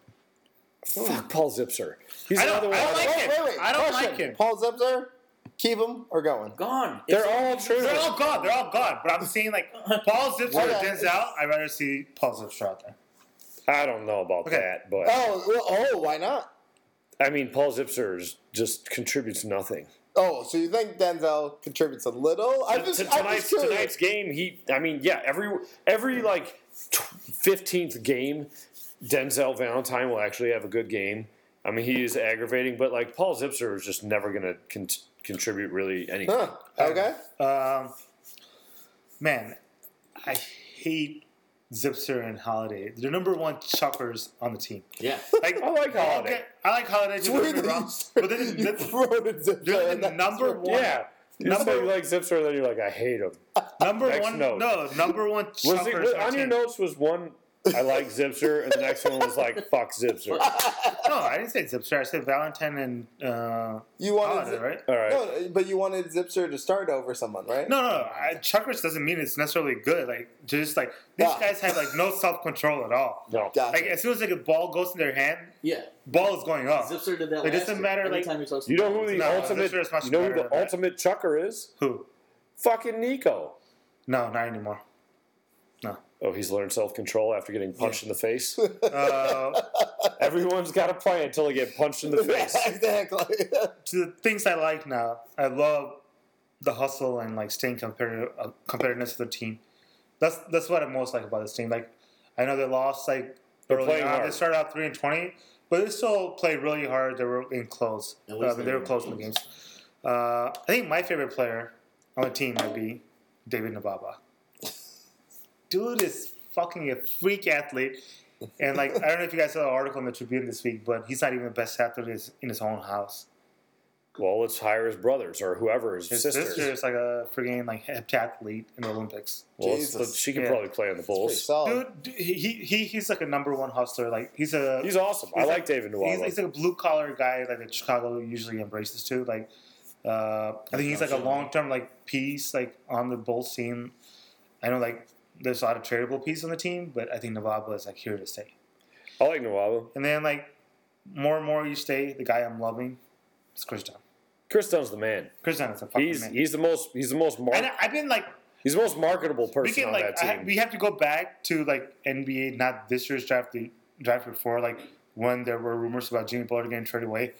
S4: Fuck Paul Zipser. He's
S3: Hmm. I don't,
S4: another one.
S3: I don't like him.
S6: Wait, wait,
S3: I don't
S6: question.
S3: like him.
S6: Paul Zipser, keep him or go him?
S5: Gone.
S4: They're all true.
S3: They're all gone. They're all gone. But I'm seeing like Paul Zipser or
S6: Okay.
S3: Denzel. I'd rather see Paul Zipser out there.
S4: I don't know about
S3: Okay.
S4: that, but
S6: Oh, well, oh, why not?
S4: I mean, Paul Zipser is- just contributes nothing.
S6: Oh, so you think Denzel contributes a little? I'm just,
S4: T-
S6: I'm
S4: tonight's,
S6: just curious.
S4: tonight's game, he. I mean, yeah. Every every like fifteenth game, Denzel Valentine will actually have a good game. I mean, he is aggravating, but like Paul Zipser is just never going to con- contribute really anything.
S6: Huh, okay.
S3: Um, man, I hate Zipser and Holiday. They're number one chuckers on the team.
S5: Yeah.
S3: Like
S4: I like Holiday.
S3: okay, I like Holiday. Don't get me wrong, but they're,
S6: You
S3: the-
S6: wrote it Zipser,
S3: they're
S6: and
S3: the
S6: that's
S3: number
S6: what-
S3: one.
S4: Yeah. You
S3: Number-
S4: say you like Zipser, then you're like, I hate him.
S3: Number
S4: Next
S3: one.
S4: note.
S3: No, number one
S4: Was
S3: chuckers
S4: it,
S3: on
S4: on
S3: the
S4: your
S3: team.
S4: notes was one, I like Zipser, and the next one was like, fuck Zipser.
S3: No, I didn't say Zipser. I said Valentine and uh,
S6: You wanted,
S3: Holiday,
S6: Zip-
S3: right?
S4: All right.
S6: no, but you wanted Zipser to start over someone, right?
S3: No, no, no. I, chuckers doesn't mean it's necessarily good. Like just like these
S6: Yeah.
S3: guys have like no self control at all.
S4: No.
S6: Gotcha.
S3: Like as soon as like a ball goes in their hand,
S5: Yeah.
S3: ball is going up.
S5: Zipser did that.
S3: It
S5: last
S3: doesn't
S5: year.
S3: matter,
S5: Every
S3: like-
S5: time he talks
S4: You know who
S5: to
S4: the
S3: No,
S4: ultimate,
S3: Zipser is much
S4: you know who
S3: better than
S4: the
S3: that.
S4: ultimate chucker is?
S3: Who?
S4: Fucking Nico.
S3: No, not anymore.
S4: Oh, he's learned self control after getting punched in the face.
S3: Uh,
S4: Everyone's got a plan until they get punched in the face.
S6: exactly.
S3: to the things I like now, I love the hustle and like staying competitive, uh, competitiveness of the team. That's that's what I most like about this team. Like, I know they lost like
S4: They're
S3: early
S4: playing
S3: on. They
S4: hard.
S3: started out three and twenty, but they still played really hard. They were in close.
S5: At
S3: Uh,
S5: least they
S3: they were
S5: were in
S3: close in the games. Uh, I think my favorite player on the team might be David Nababa. Dude is fucking a freak athlete. And like I don't know if you guys saw the article in the Tribune this week, but he's not even the best athlete in his- in his own house.
S4: Well, let's hire his brothers or whoever, his,
S3: His
S4: sisters.
S3: sister is like a freaking like heptathlete in the Olympics.
S4: Well, let's-
S6: Jesus.
S4: let's- she can
S3: Yeah.
S4: probably play on the
S6: Pretty
S4: Bulls.
S6: solid.
S3: Dude, d- he, he he's like a number one hustler. Like he's a
S4: He's awesome. I
S3: he's
S4: like David
S3: he's,
S4: Nwaba.
S3: he's like a blue collar guy like that Chicago usually embraces too. Like uh, I think he's like a long term like piece like on the Bulls team. I know like there's a lot of tradable piece on the team, but I think Navaba is like here to stay.
S4: I like Nwaba.
S3: And then like more and more each day, the guy I'm loving is Chris Dunn.
S4: Chris Dunn's the man.
S3: Chris Dunn is a fucking
S4: He's
S3: man.
S4: he's the most he's the most
S3: and
S4: mar-
S3: I- I've been like
S4: he's the most marketable person
S3: we can
S4: on
S3: like
S4: that
S3: I-
S4: team.
S3: we have to go back to like NBA, not this year's draft, the draft before, like when there were rumors about Jimmy Butler getting traded away.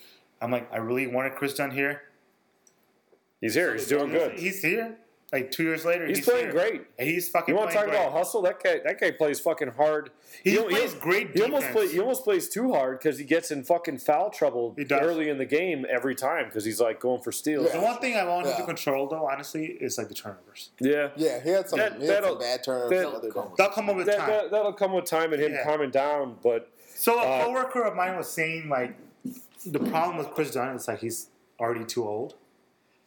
S3: I'm like, I really wanted Chris Dunn here.
S4: he's here. He's doing good.
S3: He's here. Like two years later,
S4: He's playing
S3: here.
S4: great.
S3: And He's fucking.
S4: You want to
S3: playing
S4: talk
S3: great.
S4: about hustle? That guy, that guy plays fucking hard.
S3: He
S4: don't-
S3: plays great
S4: He almost,
S3: defense.
S4: play, he almost plays too hard because he gets in fucking foul trouble
S3: He does.
S4: early in the game every time because he's like going for steals.
S3: The one thing I want him
S6: Yeah.
S3: to control, though, honestly, is like the turnovers.
S4: Yeah,
S6: Yeah, he had some,
S4: That-
S6: he had
S4: that'll-
S6: some bad turns.
S4: that-
S6: the other day.
S3: They'll come over with
S4: that,
S3: time.
S4: that, that'll come with time and him
S3: Yeah.
S4: calming down. But
S3: So a
S4: Uh,
S3: coworker of mine was saying like the problem with Chris Dunn is like he's already too old.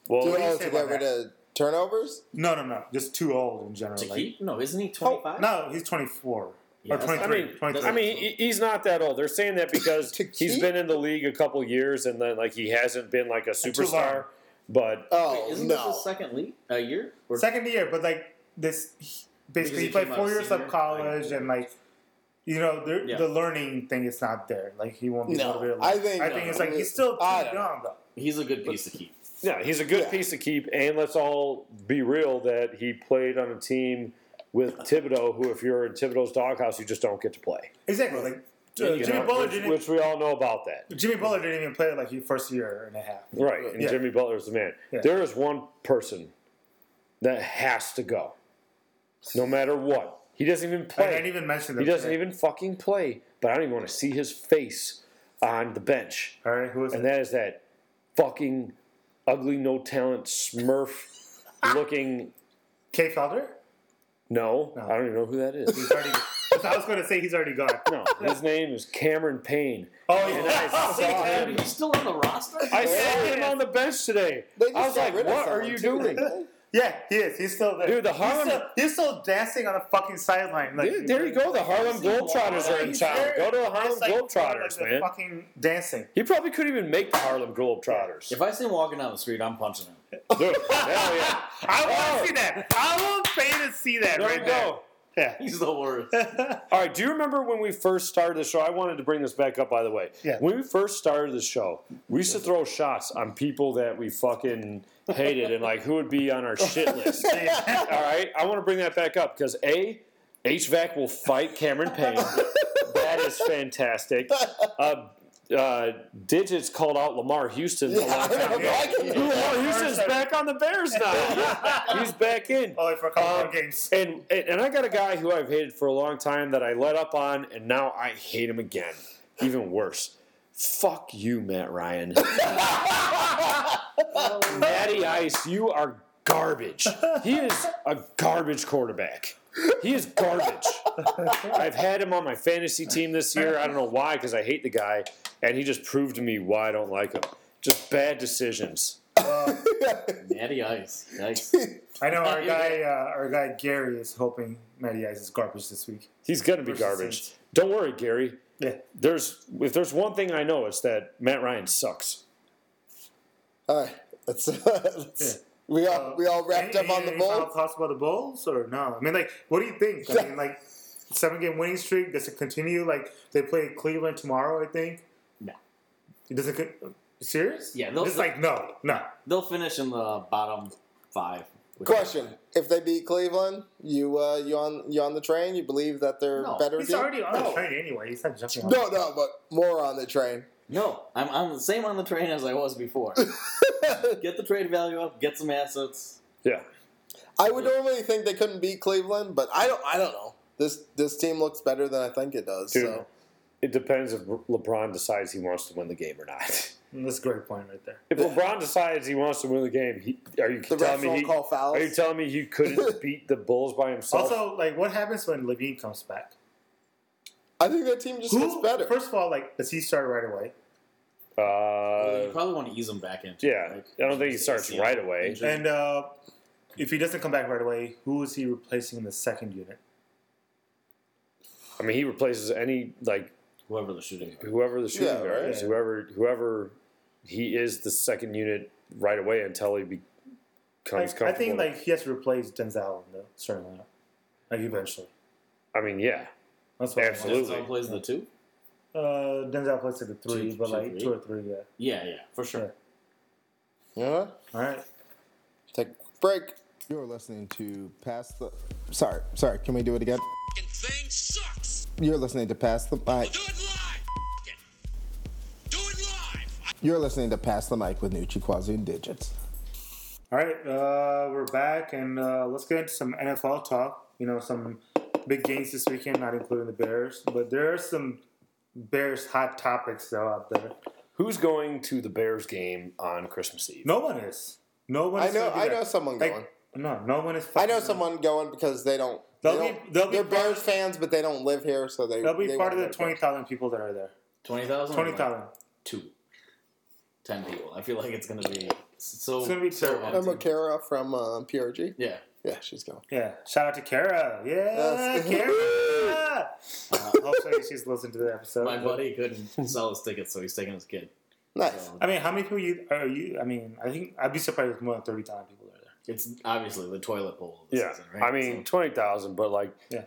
S4: well,
S6: Too
S3: do you
S6: old
S3: say
S6: to
S3: about
S6: get rid
S3: that?
S6: of turnovers?
S3: No, no, no, just too old in general.
S5: To
S3: like-
S5: keep? No, isn't he 25?
S3: Oh, no, he's twenty four
S5: Yeah,
S3: or
S5: that's-
S3: twenty
S4: I
S3: three.
S4: mean,
S3: 23.
S4: I mean, he- he's not that old. They're saying that because
S6: To
S4: he's
S6: keep-
S4: been in the league a couple years and then like he hasn't been like a
S3: too long.
S4: superstar. But
S6: Oh
S5: Wait, isn't this
S6: no!
S5: his second league? A year? Or
S3: second year, but like this, he- basically
S5: he
S3: he played
S5: came out
S3: four years
S5: senior?
S3: of college
S5: Like-
S3: and like. You know the,
S5: Yeah.
S3: the learning thing is not there. Like he won't be
S6: No,
S3: motivated.
S6: I think-
S3: I think it's like
S6: no.
S3: he's still too
S6: I don't
S3: young though.
S5: he's a good piece to keep.
S4: yeah, he's a good
S6: Yeah.
S4: piece to keep. And let's all be real that he played on a team with Thibodeau, who if you're in Thibodeau's doghouse, you just don't get to play.
S3: Exactly. Like
S4: You
S3: uh,
S4: know,
S3: Jimmy Butler
S4: which,
S3: didn't.
S4: which we all know about that.
S3: Jimmy Butler didn't even play like he first year and a half.
S4: Right, and
S3: Yeah.
S4: Jimmy Butler is the man.
S3: Yeah.
S4: There is one person that has to go, no matter what. He doesn't even
S3: I
S4: play.
S3: didn't even mention that.
S4: he doesn't even fucking play. But I don't even want to see his face on the bench.
S3: All right, who is
S4: And
S3: it?
S4: that is that fucking ugly, no talent Smurf looking.
S3: Kay Felder.
S4: No, I don't even know who that is.
S3: He's already. I was going to say he's already gone.
S4: no, his name is Cameron Payne.
S3: Oh yeah.
S4: I saw him.
S5: He's still on the roster?
S4: I saw him on the bench today.
S6: They just
S4: I was
S6: got
S4: like,
S6: rid of
S4: "What are
S6: someone,
S4: you
S6: too,
S4: doing?"
S6: didn't
S3: Yeah, he is. He's still there.
S4: Dude, the
S3: he's
S4: Harlem-
S3: still, he's still dancing on the fucking sideline. Like,
S4: There, there you go. The Harlem Globetrotters are in
S3: He's
S4: town.
S3: there.
S4: Go to the
S3: It's
S4: Harlem
S3: like- like
S4: Globetrotters,
S3: the
S4: man.
S3: Fucking dancing.
S4: He probably couldn't even make the Harlem Globetrotters.
S5: If I see him walking down the street, I'm punching him.
S4: Dude, hell yeah.
S3: I want
S4: Oh.
S3: to see that. I will pay to see that
S4: There
S3: right
S4: we go.
S3: there. Yeah.
S5: He's the worst.
S4: All right. Do you remember when we first started the show? I wanted to bring this back up, by the way.
S3: Yeah.
S4: When we first started the show, we used to throw shots on people that we fucking hated and like who would be on our shit list. All right. I want to bring that back up because A, HVAC will fight Cameron Payne. that is fantastic. Uh, uh, Digits called out Lamar Houston a long time ago.
S6: I can do that.
S4: Lamar Houston's back on the Bears now. He's back in.
S3: Only for a couple
S4: Um,
S3: more games.
S4: And, and and I got a guy who I've hated for a long time that I let up on, and now I hate him again, even worse. Fuck you, Matt Ryan. Matty Ice, you are garbage. He is a garbage quarterback. He is garbage. I've had him on my fantasy team this year. I don't know why, because I hate the guy, and he just proved to me why I don't like him. Just bad decisions.
S5: Natty Ice. Yikes.
S3: I know our
S5: Yeah.
S3: guy, uh, our guy Gary is hoping Matty Ice is garbage this week.
S4: He's gonna be
S3: Versus
S4: garbage.
S3: Saints.
S4: Don't worry, Gary.
S3: Yeah.
S4: There's if there's one thing I know, it's that Matt Ryan sucks.
S6: All right, let's, let's we
S3: Uh,
S6: all we all wrapped up
S3: Any-
S6: on the
S3: any final
S6: bowl.
S3: thoughts about the Bulls or no? I mean, like, what do you think? I mean, like, seven game winning streak does it continue? Like, they play Cleveland tomorrow, I think.
S5: No.
S3: It doesn't. Con- serious?
S5: Yeah, they'll-
S3: It's like no, no.
S5: They'll finish in the bottom five. which-
S6: Question: If they beat Cleveland, you uh, you on you on the train? You believe that they're
S5: No,
S6: better?
S3: He's
S6: team?
S3: already on the
S6: No.
S3: train anyway. He's not jumping. on
S6: No, no, but more on the train.
S5: No, I'm, I'm the same on the train as I was before. get the trade value up, get some assets.
S4: Yeah.
S6: I would normally think they couldn't beat Cleveland, but I don't. I don't know. This this team looks better than I think it does.
S4: Dude.
S6: So
S4: It depends if LeBron decides he wants to win the game or not.
S3: That's a great point right there.
S4: If LeBron decides he wants to win the game, he, are you
S6: the
S4: telling
S6: refs
S4: me
S6: won't
S4: he,
S6: call fouls.
S4: are you telling me he couldn't beat the Bulls by himself?
S3: Also, like, what happens when Levine comes back?
S6: I think that team just looks better.
S3: First of all, like, does he start right away?
S5: Well, you
S4: uh,
S5: probably want to ease them back in.
S4: yeah, I don't think he starts
S5: Yeah.
S4: right away.
S5: Injury.
S3: And uh, if he doesn't come back right away, who is he replacing in the second unit?
S4: I mean, he replaces any like
S5: Whoever the shooting. guard.
S4: whoever the shooting
S6: Yeah,
S4: guard
S6: right.
S4: is, whoever whoever he is the second unit right away until he becomes
S3: Like,
S4: comfortable.
S3: I think like he has to replace Denzel in the starting lineup, like eventually.
S4: I mean, yeah,
S3: That's what I want.
S4: Absolutely.
S5: Denzel plays the two?
S3: Uh, Denzel plays to the three,
S5: Two-
S3: but
S5: two,
S3: like
S5: three?
S3: two or three, yeah.
S5: Yeah, yeah, for sure.
S6: yeah.
S3: All right.
S6: Take a break.
S11: You're listening to Pass the. Sorry, sorry. Can we do it again?
S12: thing sucks.
S11: You're listening to Pass the Mic.
S12: Do it live. F- it. Do it live.
S11: You're listening to Pass the Mic with Nucci, Quasi, and Digits.
S3: All right, uh, we're back, and uh, let's get into some NFL talk. You know, some big games this weekend, not including the Bears, but there are some Bears hot topics though out there.
S4: Who's going to the Bears game on Christmas Eve?
S3: No one is. No one.
S2: I
S3: is gonna
S2: know-
S3: be
S2: I
S3: there.
S2: know someone
S3: Like,
S2: going.
S3: No, no one is.
S2: I know someone going because they don't. They
S3: They'll be-
S2: don't-
S3: they'll be
S2: they're
S3: part-
S2: Bears fans, but they don't live here, so they.
S3: They'll be
S2: they
S3: part of
S2: won't
S3: the
S2: go.
S3: twenty thousand people that are there.
S5: 20,000?
S3: Twenty thousand.
S5: Two. Ten people. I feel like it's going to be so.
S2: It's gonna be
S5: so
S2: terrible. Remember
S5: empty.
S2: Kara from
S6: uh,
S2: um, PRG?
S5: Yeah.
S2: Yeah, she's going.
S3: Yeah. Shout out to Kara. Yeah,
S2: Yes.
S3: Kara. uh, hopefully she's listened to the episode.
S5: My
S3: but-
S5: buddy couldn't sell his tickets, so he's taking his kid.
S2: Nice.
S3: I mean, how many people you are you? I mean, I think I'd be surprised if more than thirty thousand people are there.
S5: It's obviously the toilet bowl. Of the
S4: Yeah,
S5: season, right?
S4: I mean twenty thousand, but like,
S3: Yeah.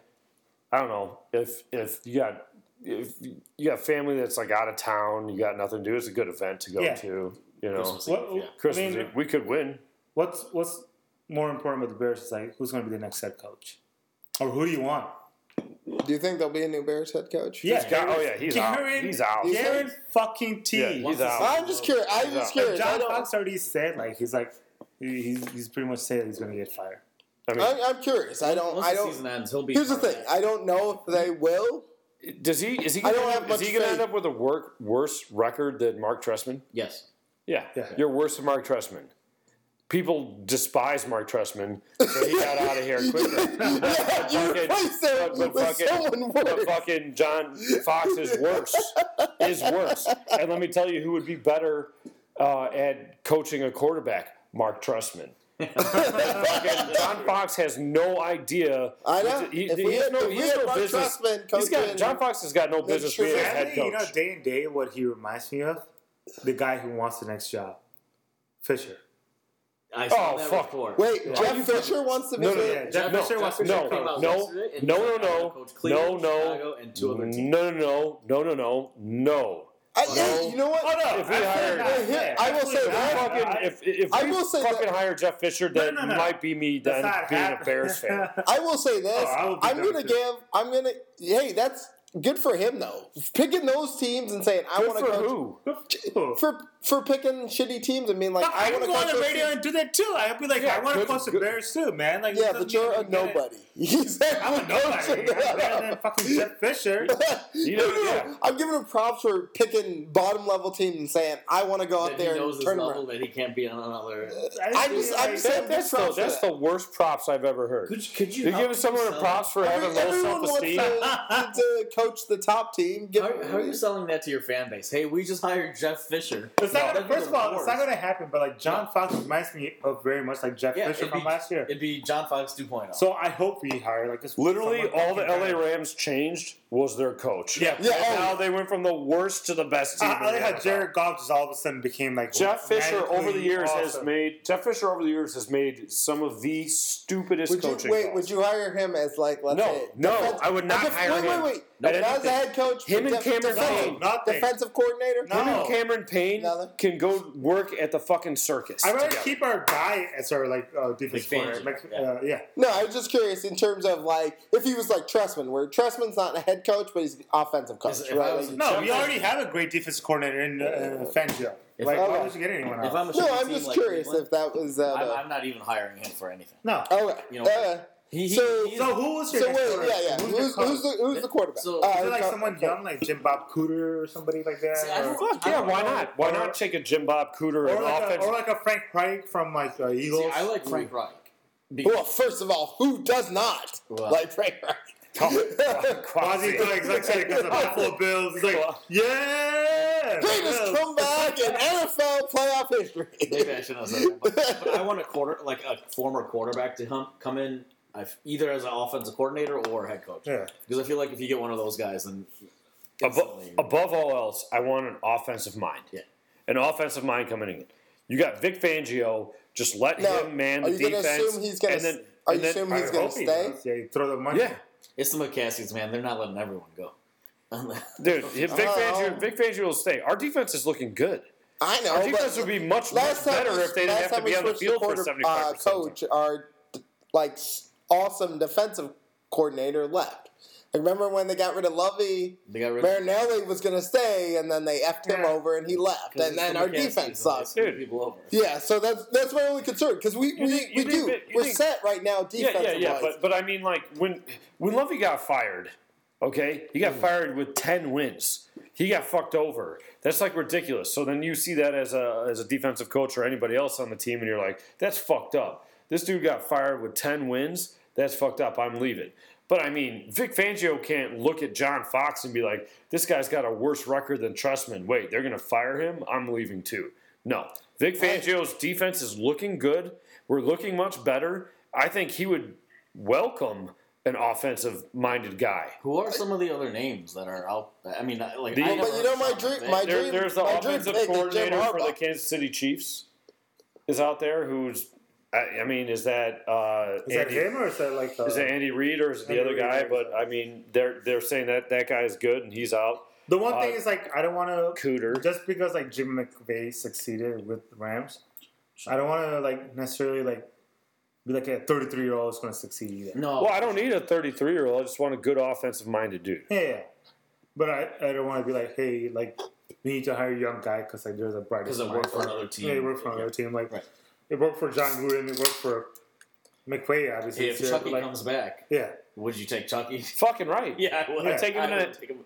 S4: I don't know if if you got if you got family that's like out of town, you got nothing to do. It's a good event to go
S3: Yeah.
S4: to. You know,
S5: Christmas
S3: What,
S5: Eve, yeah.
S4: Christmas
S3: I mean,
S4: Eve, we could win.
S3: What's what's more important with the Bears is like who's going to be the next head coach, or who do you want?
S2: Do you think there'll be a new Bears head coach?
S3: Yeah,
S4: got- oh, yeah, he's out.
S3: Garen-
S4: He's out.
S3: Garen fucking T.
S4: Yeah, he's
S5: to
S4: out.
S2: I'm just curious. I'm just
S3: Like,
S2: curious. I
S3: John
S2: don't-
S3: Fox already said like he's like he- he's, he's pretty much said he's going to get fired.
S4: I mean,
S2: I'm, I'm curious. I don't.
S5: Once
S2: I
S5: the
S2: don't.
S5: season ends, he'll be.
S2: Here's the
S5: part of
S2: thing.
S5: that.
S2: I don't know if they will.
S4: does he is he
S2: I
S4: gonna,
S2: don't
S4: end
S2: have
S4: up- is
S2: much
S4: he gonna end
S2: faith.
S4: up with a work worse record than Mark Tressman?
S5: yes.
S4: Yeah.
S3: Yeah.
S4: You're worse than Mark Tressman. People despise Mark Tressman, so he got out of here quicker.
S2: yeah, you
S4: fucking-
S2: replace them
S4: but- but
S2: with
S4: fucking-
S2: someone
S4: But
S2: worse.
S4: fucking John Fox is worse. Is worse. And let me tell you who would be better uh, at coaching a quarterback Mark Tressman. Fucking John Fox has no idea.
S2: I know.
S4: He,
S2: If
S4: he
S2: we
S4: has
S2: had-
S4: no,
S2: if
S4: he
S2: we
S4: has
S2: had
S4: no
S2: Mark
S4: business.
S2: Trestman
S4: He's got,
S2: coaching-
S4: John Fox has got no business being a head
S3: Sadly, you know,
S4: coach.
S3: day and day, what he reminds me of, the guy who wants the next job, Fisher.
S5: I saw
S4: Oh,
S5: that
S4: fuck.
S5: report.
S2: Wait,
S3: Yeah.
S2: Jeff Fisher wants to be.
S4: No, no,
S2: the-
S3: Yeah, Jeff Fisher wants to be
S4: no,
S3: a
S5: came out
S3: coach.
S4: no,
S5: yesterday and
S4: no,
S5: said,
S4: no,
S5: "I'm
S4: no,
S5: gonna coach Cleveland,
S4: no, no,
S5: Chicago, and two other teams."
S4: No, no, no, no, no, no.
S2: I, yeah, you know what?
S4: If we hired,
S2: Well, here- I will say
S4: if we
S2: that.
S4: fucking, if, if
S2: I
S4: we
S2: will say
S4: fucking
S2: that-
S4: hire Jeff Fisher, that
S3: no, no, no.
S4: might be me then
S3: That's
S4: being
S3: not happening.
S4: a Bears fan.
S2: I will say this.
S3: Oh, I will be
S2: I'm
S3: done
S2: gonna
S3: too.
S2: give. I'm gonna. Hey, that's good for him though. Picking those teams and saying I
S4: Good
S2: want to
S4: for
S2: coach
S4: who?
S3: Cool.
S2: for for picking shitty teams and being like
S3: Fuck, I
S2: I want to
S3: would go on
S2: coach.
S3: the
S2: those
S3: radio
S2: teams.
S3: and do that too. I'd be like, I
S4: Yeah,
S3: want to
S4: good-
S3: coach the
S4: good-
S3: Bears too, man. Like,
S2: Yeah,
S3: it
S2: but
S3: doesn't
S2: you're a
S3: even get it.
S2: nobody. He's
S3: I'm a nobody. I'm better than fucking Jeff Fisher.
S4: You
S2: No,
S4: know,
S2: no, no.
S4: yeah.
S2: I'm giving him props for picking bottom level teams and saying I want to go out
S5: That he
S2: there
S5: knows
S2: and
S5: his
S2: turn 'em
S5: level
S2: around.
S5: that he can't be on another.
S2: I just- I'm just-
S4: That- that's the,
S2: props for
S4: that's
S2: that.
S4: the worst props I've ever heard.
S5: Could, could you?
S4: You're
S5: help
S4: giving someone a
S5: yourself?
S4: props for
S2: I
S4: having
S2: mean,
S4: low
S2: everyone wants
S4: self-esteem.
S2: to, to coach the top team. Give,
S5: How, how are you selling that to your fan base? Hey, we just hired Jeff Fisher.
S3: It's not
S5: That'd
S3: gonna,
S5: be
S3: first
S5: the
S3: of all, it's
S5: worst.
S3: not going to happen. But like John Fox reminds me of very much like Jeff
S5: Yeah,
S3: Fisher
S5: it'd
S3: from
S5: be-
S3: last year.
S5: It'd be John Fox oh. 2.0.
S3: So I hope we hire like this.
S4: Literally,
S3: someone
S4: all the
S3: fucking
S4: LA
S3: better.
S4: Rams changed was their coach.
S3: Yeah.
S2: Yeah,
S4: And
S2: oh.
S4: now they went from the worst to the best
S3: I,
S4: team.
S3: I
S4: in
S3: like
S4: the
S3: how
S4: NFL.
S3: Jared Goff just all of a sudden became like
S4: Jeff Fisher
S3: magically
S4: over the years has
S3: awesome.
S4: made Jeff Fisher over the years has made some of the stupidest
S2: Would you,
S4: coaching.
S2: wait,
S4: calls.
S2: would you hire him as like let's
S4: No,
S2: say
S4: no,
S2: defense-
S4: I would not
S2: a def-
S4: hire
S2: wait,
S4: him.
S2: Wait, wait,
S4: No,
S2: Not as a
S4: nothing.
S2: head coach.
S4: Him
S2: but
S4: and Cameron
S2: defensive,
S4: Payne.
S3: Nothing.
S2: defensive coordinator.
S3: No.
S4: Him and Cameron Payne
S2: Another?
S4: can go work at the fucking circus.
S3: I'd rather
S4: together.
S3: keep our guy as our like uh, defense
S5: McFangie,
S3: corner. Mc,
S5: yeah.
S3: Uh, yeah,
S2: No, I was just curious in terms of like if he was like Tressman, where Tressman's not a head coach, but he's an offensive coach,
S5: Is- if I
S2: right?
S5: was
S2: Like,
S5: a
S3: no,
S5: Jeff
S3: we already have a great defense coordinator in uh, Fangio.
S5: If
S3: Like,
S5: I-
S3: why would you get anyone
S5: If
S3: else?
S5: I'm a
S2: no,
S5: shitty
S2: I'm
S5: team
S2: just
S5: like
S2: curious
S5: Cleveland,
S2: if that was. Uh,
S5: I'm, I'm not even hiring him for anything.
S3: No.
S2: okay.
S5: you know,
S2: uh,
S5: He, he,
S2: So-
S5: he's-
S3: So who was your
S2: so
S3: next
S2: wait,
S3: quarterback?
S2: yeah, yeah.
S3: your
S2: Who's,
S3: coach?
S2: who's the who's the quarterback?
S5: So-
S3: Is
S2: uh,
S3: it like
S2: co-
S3: someone
S2: okay.
S3: young, like Jim Bob Cooter or somebody like that?
S5: See, I
S3: or,
S5: don't-
S4: Fuck yeah,
S5: don't
S4: why
S5: know.
S4: not? Why
S3: Or-
S4: not take a Jim Bob Cooter
S3: or
S4: an
S3: like
S4: offense?
S3: a, or like a Frank Reich from like uh, Eagles.
S5: see, I like Frank Reich. Because,
S2: Well, first of all, who does not
S5: Well.
S2: like Frank Reich?
S3: Quasi like excited because of Buffalo Bills. He's like, yeah,
S2: Greatest
S3: Bills.
S2: comeback in NFL playoff history.
S5: maybe I shouldn't have said that. But, but I want a quarter, like a former quarterback to hum, come in I've, either as an offensive coordinator or head coach.
S3: Yeah.
S5: Because I feel like if you get one of those guys, then
S4: Above,
S5: instantly-
S4: above all else, I want an offensive mind.
S5: Yeah.
S4: An offensive mind coming in. You got Vic Fangio. Just let
S2: Now,
S4: him man
S2: are
S4: the
S2: you gonna
S4: defense.
S2: assume he's gonna
S4: and then,
S2: s- are
S4: and
S2: you
S4: then-
S2: assuming he's
S3: I
S2: gonna
S3: hope he
S2: stay?
S3: does. Yeah, you throw the money.
S4: Yeah.
S5: it's the McCaskies, man. They're not letting everyone go. Unless-
S4: Dude, if Vic,
S2: Oh.
S4: Fangio, Vic Fangio will stay. Our defense is looking good.
S2: I know.
S4: Our
S2: Oh, but
S4: defense would be much, much
S2: last time
S4: better
S2: we-
S4: if they
S2: last
S4: didn't have to
S2: time
S4: be
S2: we
S4: on the
S2: switched
S4: field for
S2: quarter-
S4: 75%
S2: uh,
S4: of the time.
S2: coach, our like awesome defensive coordinator left. Remember when they got rid of Lovey?
S5: They got rid of
S2: Marinelli was going to stay, and then they effed him
S5: Yeah.
S2: over, and he left. And then our defense sucks.
S5: Dude, people over.
S2: Yeah, so that's that's my only concern because we we,
S4: think- you
S2: we
S4: think
S2: do
S4: that- you
S2: we're
S4: think-
S2: set right now
S4: Yeah,
S2: defensive
S4: yeah, yeah.
S2: wise.
S4: But but I mean, like when when Lovey got fired, okay, he got fired with ten wins. He got fucked over. That's like ridiculous. So then you see that as a as a defensive coach or anybody else on the team, and you're like, that's fucked up. This dude got fired with ten wins. That's fucked up. I'm leaving. But I mean, Vic Fangio can't look at John Fox and be like, this guy's got a worse record than Trustman. Wait, they're gonna fire him. I'm leaving too. No, Vic Fangio's defense is looking good. We're looking much better. I think he would welcome an offensive-minded guy.
S5: Who are some of the other names that are out? I mean, I- like,
S4: The-
S5: I
S4: Well,
S5: never
S2: you know, my
S5: saw
S2: dream-
S5: them.
S2: my
S4: There,
S2: dream-
S4: there's the
S2: my dream
S4: offensive
S2: pick is Jim
S4: coordinator for
S2: Harbaugh.
S4: the Kansas City Chiefs is out there. Who's I, I mean, is that uh,
S3: Is that him or is that like uh, the,
S4: Is it Andy Reid or is it
S3: Andy
S4: the other
S3: Reid,
S4: guy?
S3: yeah.
S4: But I mean, they're they're saying that that guy is good and he's out.
S3: the one thing
S4: uh,
S3: is like I don't want to
S4: Cooter.
S3: just because like Jim McVay succeeded with the Rams, I don't want to like necessarily like be like a 33 year old is going to succeed either.
S5: No,
S4: Well, I don't need a 33 year old. I just want a good offensive-minded dude.
S3: Yeah, yeah. but I, I don't want to be like hey like we need to hire a young guy because like there's a brighter
S5: because it
S3: mind.
S5: worked for another team.
S3: Yeah, it worked for another team. Like
S5: Right.
S3: it worked for John Gruden. It worked for McVay, obviously.
S5: If
S3: too,
S5: Chucky
S3: but, like,
S5: comes back,
S3: yeah,
S5: would you take Chucky?
S4: Fucking right.
S5: yeah, I would.
S4: I'd take him
S5: I
S4: in
S5: would
S4: a-
S5: take him.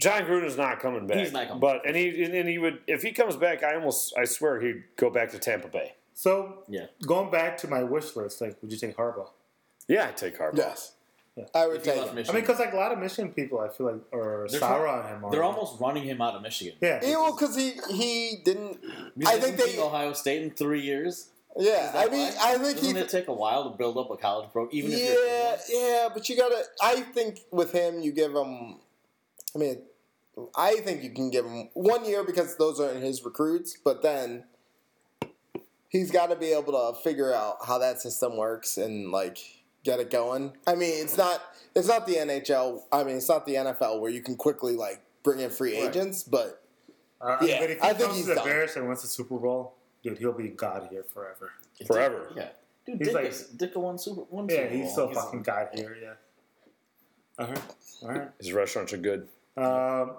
S4: John Gruden's not coming back.
S5: He's not coming
S4: But and he and he would if he comes back, I almost I swear he'd go back to Tampa Bay.
S3: So
S5: Yeah.
S3: going back to my wish list, like would you take Harbaugh?
S4: Yeah, I take Harbaugh.
S2: yes, I would
S5: If he
S2: take.
S5: left
S2: Him.
S5: Michigan.
S3: I mean, because like a lot of Michigan people, I feel like are
S5: They're
S3: sour
S5: trying-
S3: on him.
S5: They're
S3: already.
S5: almost running him out of Michigan.
S3: yeah.
S2: Yeah, well, because he he didn't. I think
S5: He's in
S2: they.
S5: Ohio State in three years.
S2: Yeah, I mean, I think
S5: Doesn't
S2: he.
S5: it take a while to build up a college pro? Even if you're
S2: Yeah, yeah, but you gotta. I think with him, you give him. I mean, I think you can give him one year because those aren't his recruits, but then he's got to be able to figure out how that system works and like get it going. I mean, it's not it's not the NHL. I mean, it's not the NFL where you can quickly like bring in free
S5: Right.
S2: agents, but
S3: Uh,
S2: yeah,
S3: but if he
S2: I
S3: comes
S2: think he's
S3: to the
S2: done.
S3: Bears and wins the Super Bowl, dude, he'll be god here forever.
S4: Forever.
S5: Yeah, dude,
S3: He's
S5: Dick
S3: like-
S5: is, Dick won Super. Won
S3: Yeah,
S5: Super
S3: he's
S5: Bowl.
S3: so fucking god here. Yeah. All right. All
S5: Uh-huh.
S3: right.
S4: His restaurants are good.
S3: Um,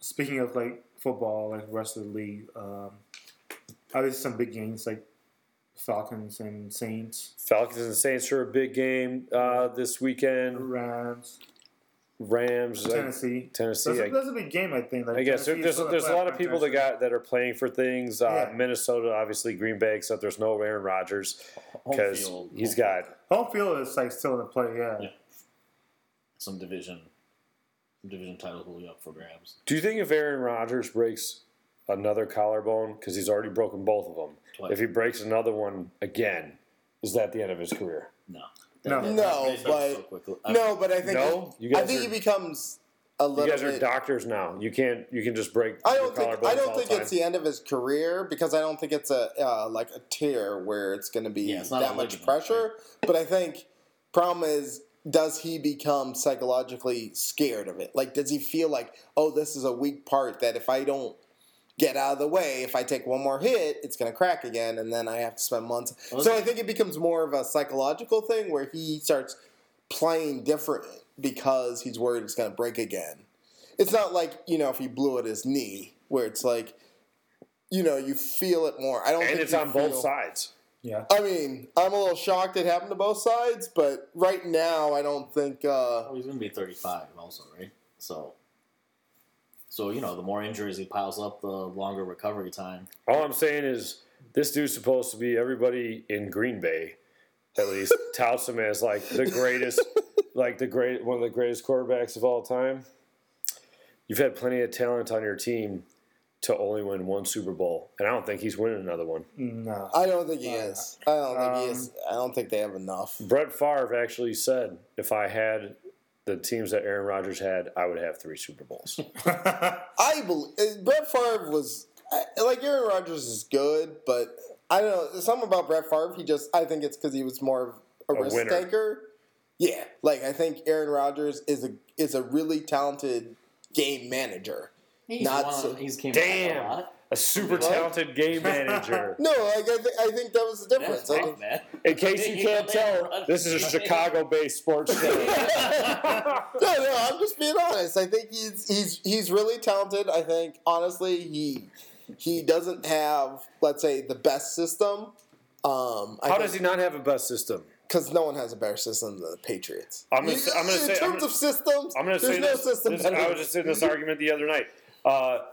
S3: speaking of like football, like rest of the league, um, obviously some big games like Falcons and Saints,
S4: Falcons and Saints are a big game uh, this weekend.
S3: Rams,
S4: Rams, like,
S3: Tennessee.
S4: Tennessee.
S3: That's a,
S4: I,
S3: that's a big game, I think. Like,
S4: I guess there-
S3: Tennessee
S4: there's
S3: is on the
S4: there's a lot of
S3: platform,
S4: people that
S3: Tennessee.
S4: got that are playing for things. Uh,
S3: Yeah.
S4: Minnesota, obviously, Green Bay, except there's no Aaron Rodgers
S5: Home
S4: because
S5: field.
S4: he's got
S3: home field is like still in the play. Yeah,
S5: Yeah. some division, some division titles will be up for grabs.
S4: Do you think if Aaron Rodgers breaks another collarbone, because he's already broken both of them,
S5: Twice.
S4: if he breaks another one again, is that the end of his career?
S5: No,
S3: No.
S5: That- that-
S2: No,
S5: that- that's
S2: but-
S5: quickly. I-
S2: no. But I think
S4: No? You
S2: I
S4: guys
S2: think
S4: are-
S2: he becomes a little
S4: You guys are
S2: bit-
S4: doctors now. You can't. You can just break.
S2: I
S4: your
S2: don't think
S4: collarbones
S2: I
S4: all
S2: don't
S4: the
S2: think it's
S4: time.
S2: the end of his career because I don't think it's a uh, like a tier where it's going to be
S5: Yeah, it's not
S2: that
S5: a
S2: much
S5: ligament,
S2: pressure. But I think problem is does he become psychologically scared of it? Like does he feel like oh this is a weak part that if I don't get out of the way if I take one more hit it's going to crack again and then I have to spend months.
S5: Well,
S2: so I think it becomes more of a psychological thing where he starts playing different because he's worried it's going to break again it's not like you know if he blew at his knee where it's like you know you feel it more i don't
S4: And
S2: think
S4: it's
S2: you
S4: on both
S2: feel-
S4: sides.
S3: yeah.
S2: i mean i'm a little shocked it happened to both sides but right now i don't think uh
S5: Oh, he's gonna be 35 also, right? So, so you know, the more injuries he piles up, the longer recovery time.
S4: All I'm saying is this dude's supposed to be everybody in Green Bay, at least touts him as like the greatest, like the great one of the greatest quarterbacks of all time. You've had plenty of talent on your team to only win one Super Bowl, and I don't think he's winning another one.
S3: No,
S2: i don't think he
S4: Uh,
S2: is i don't think he
S3: Um,
S2: is i don't think they have enough
S4: Brett Favre actually said, "If I had the teams that Aaron Rodgers had, I would have three Super Bowls."
S2: i believe brett Favre was I- like aaron Rodgers is good but i don't know there's something about brett Favre. he just i think it's because he was more of a,
S4: A
S2: risk
S4: winner.
S2: taker yeah like i think aaron Rodgers is a is a really talented game manager
S5: He's
S2: Not
S5: won-
S2: so-
S5: he's came back a
S4: Damn,
S5: lot.
S4: a super talented game manager.
S2: No, like, I, th- I think that was the difference. I think-
S4: In case you can't tell, this is a Chicago-based sports show.
S2: no, no, I'm just being honest. I think he's he's he's really talented. I think honestly, he he doesn't have let's say the best system. Um,
S4: How does he not have a best system?
S2: Because no one has a better system than the Patriots.
S4: I'm gonna
S2: You-
S4: say- I'm gonna
S2: in
S4: say- I'm
S2: terms
S4: gonna-
S2: of systems,
S4: I'm going to
S2: there's
S4: say
S2: no
S4: this.
S2: system.
S4: this-
S2: better
S4: I
S2: than-
S4: was just in this argument the other night. Uh,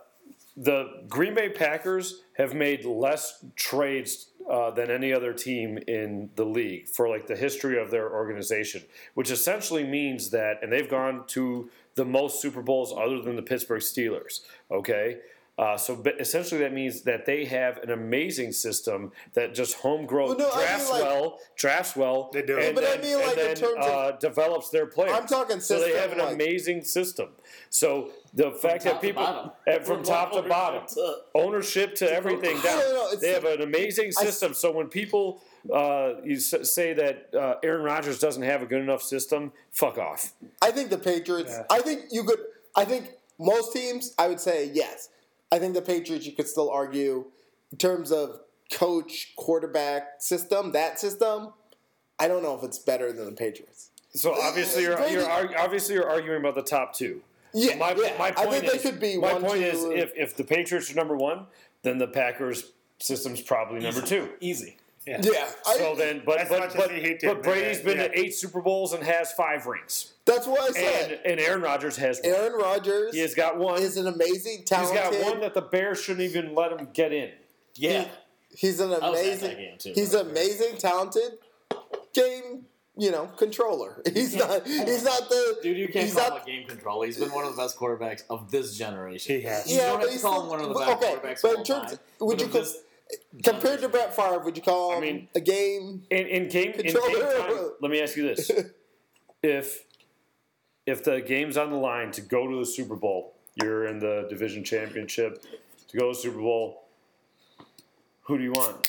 S4: the Green Bay Packers have made less trades uh, than any other team in the league for like the history of their organization, which essentially means that, and they've gone to the most Super Bowls other than the Pittsburgh Steelers. Okay. Uh, so but essentially, that means that they have an amazing system that just homegrown
S2: Well, no, I mean,
S4: drafts
S2: like-
S4: well, drafts well,
S3: They do.
S4: and
S2: But I
S4: then-
S2: mean, like,
S4: and
S2: in
S4: then,
S2: terms of-
S4: uh, develops their players.
S2: I'm talking
S4: so they have an
S2: system-wide.
S4: amazing system. So the fact that
S5: top to
S4: people
S5: bottom.
S4: and from
S5: We're
S4: top to
S5: going
S4: bottom,
S5: to-
S4: ownership to everything down.
S2: No, no, it's
S4: they have
S2: the-
S4: an amazing system. so when people uh, you s- say that uh, Aaron Rodgers doesn't have a good enough system, fuck off.
S2: I think the Patriots.
S3: Yeah.
S2: I think you could. I think most teams. I would say yes. I think the Patriots. You could still argue in terms of coach, quarterback system. That system. I don't know if it's better than the Patriots.
S4: So obviously you're, you're arg- obviously you're arguing about the top two.
S2: Yeah,
S4: My,
S2: yeah.
S4: my
S2: I
S4: point
S2: think
S4: is,
S2: they could be
S4: my
S2: one,
S4: point
S2: two, uh,
S4: is
S2: and-
S4: if, if the Patriots are number one, then the Packers system's probably number two.
S5: Easy.
S2: yeah. I,
S4: So then, but
S3: As
S4: but
S3: much as
S4: but,
S3: we hate to
S4: but
S3: admit
S4: Brady's
S3: it,
S4: been
S3: yeah.
S4: to eight Super Bowls and has five rings,
S2: that's what I
S4: and
S2: said.
S4: and Aaron Rodgers has one.
S2: Aaron Rodgers
S4: he has got one.
S2: is an amazing,
S4: He's
S2: talented.
S4: got one that the Bears shouldn't even let him get in.
S5: Yeah.
S2: he's an
S5: was at that
S2: amazing.
S5: game, too,
S2: he's
S5: by
S2: an amazing, talented game. You know, controller. He's not. He's not the.
S5: Dude, you can't
S2: he's
S5: call
S2: not-
S5: him a game controller. He's been one of the best quarterbacks of this generation.
S3: He has.
S5: You
S2: Yeah,
S5: don't
S2: but
S5: have to
S2: he's
S5: call
S2: still-
S5: him one of the
S2: but-
S5: best
S2: okay,
S5: quarterbacks
S2: but
S5: of
S2: in
S5: all
S2: terms-
S5: time.
S2: would
S5: But
S2: you
S5: of
S2: call-
S5: this-
S2: Compared to Brett Favre, would you call
S4: I
S2: him
S4: mean-
S2: a game?
S4: In, in game, in game
S2: Controller.
S4: time, let me ask you this: if if the game's on the line to go to the Super Bowl, you're in the division championship to go to the Super Bowl. Who do you want,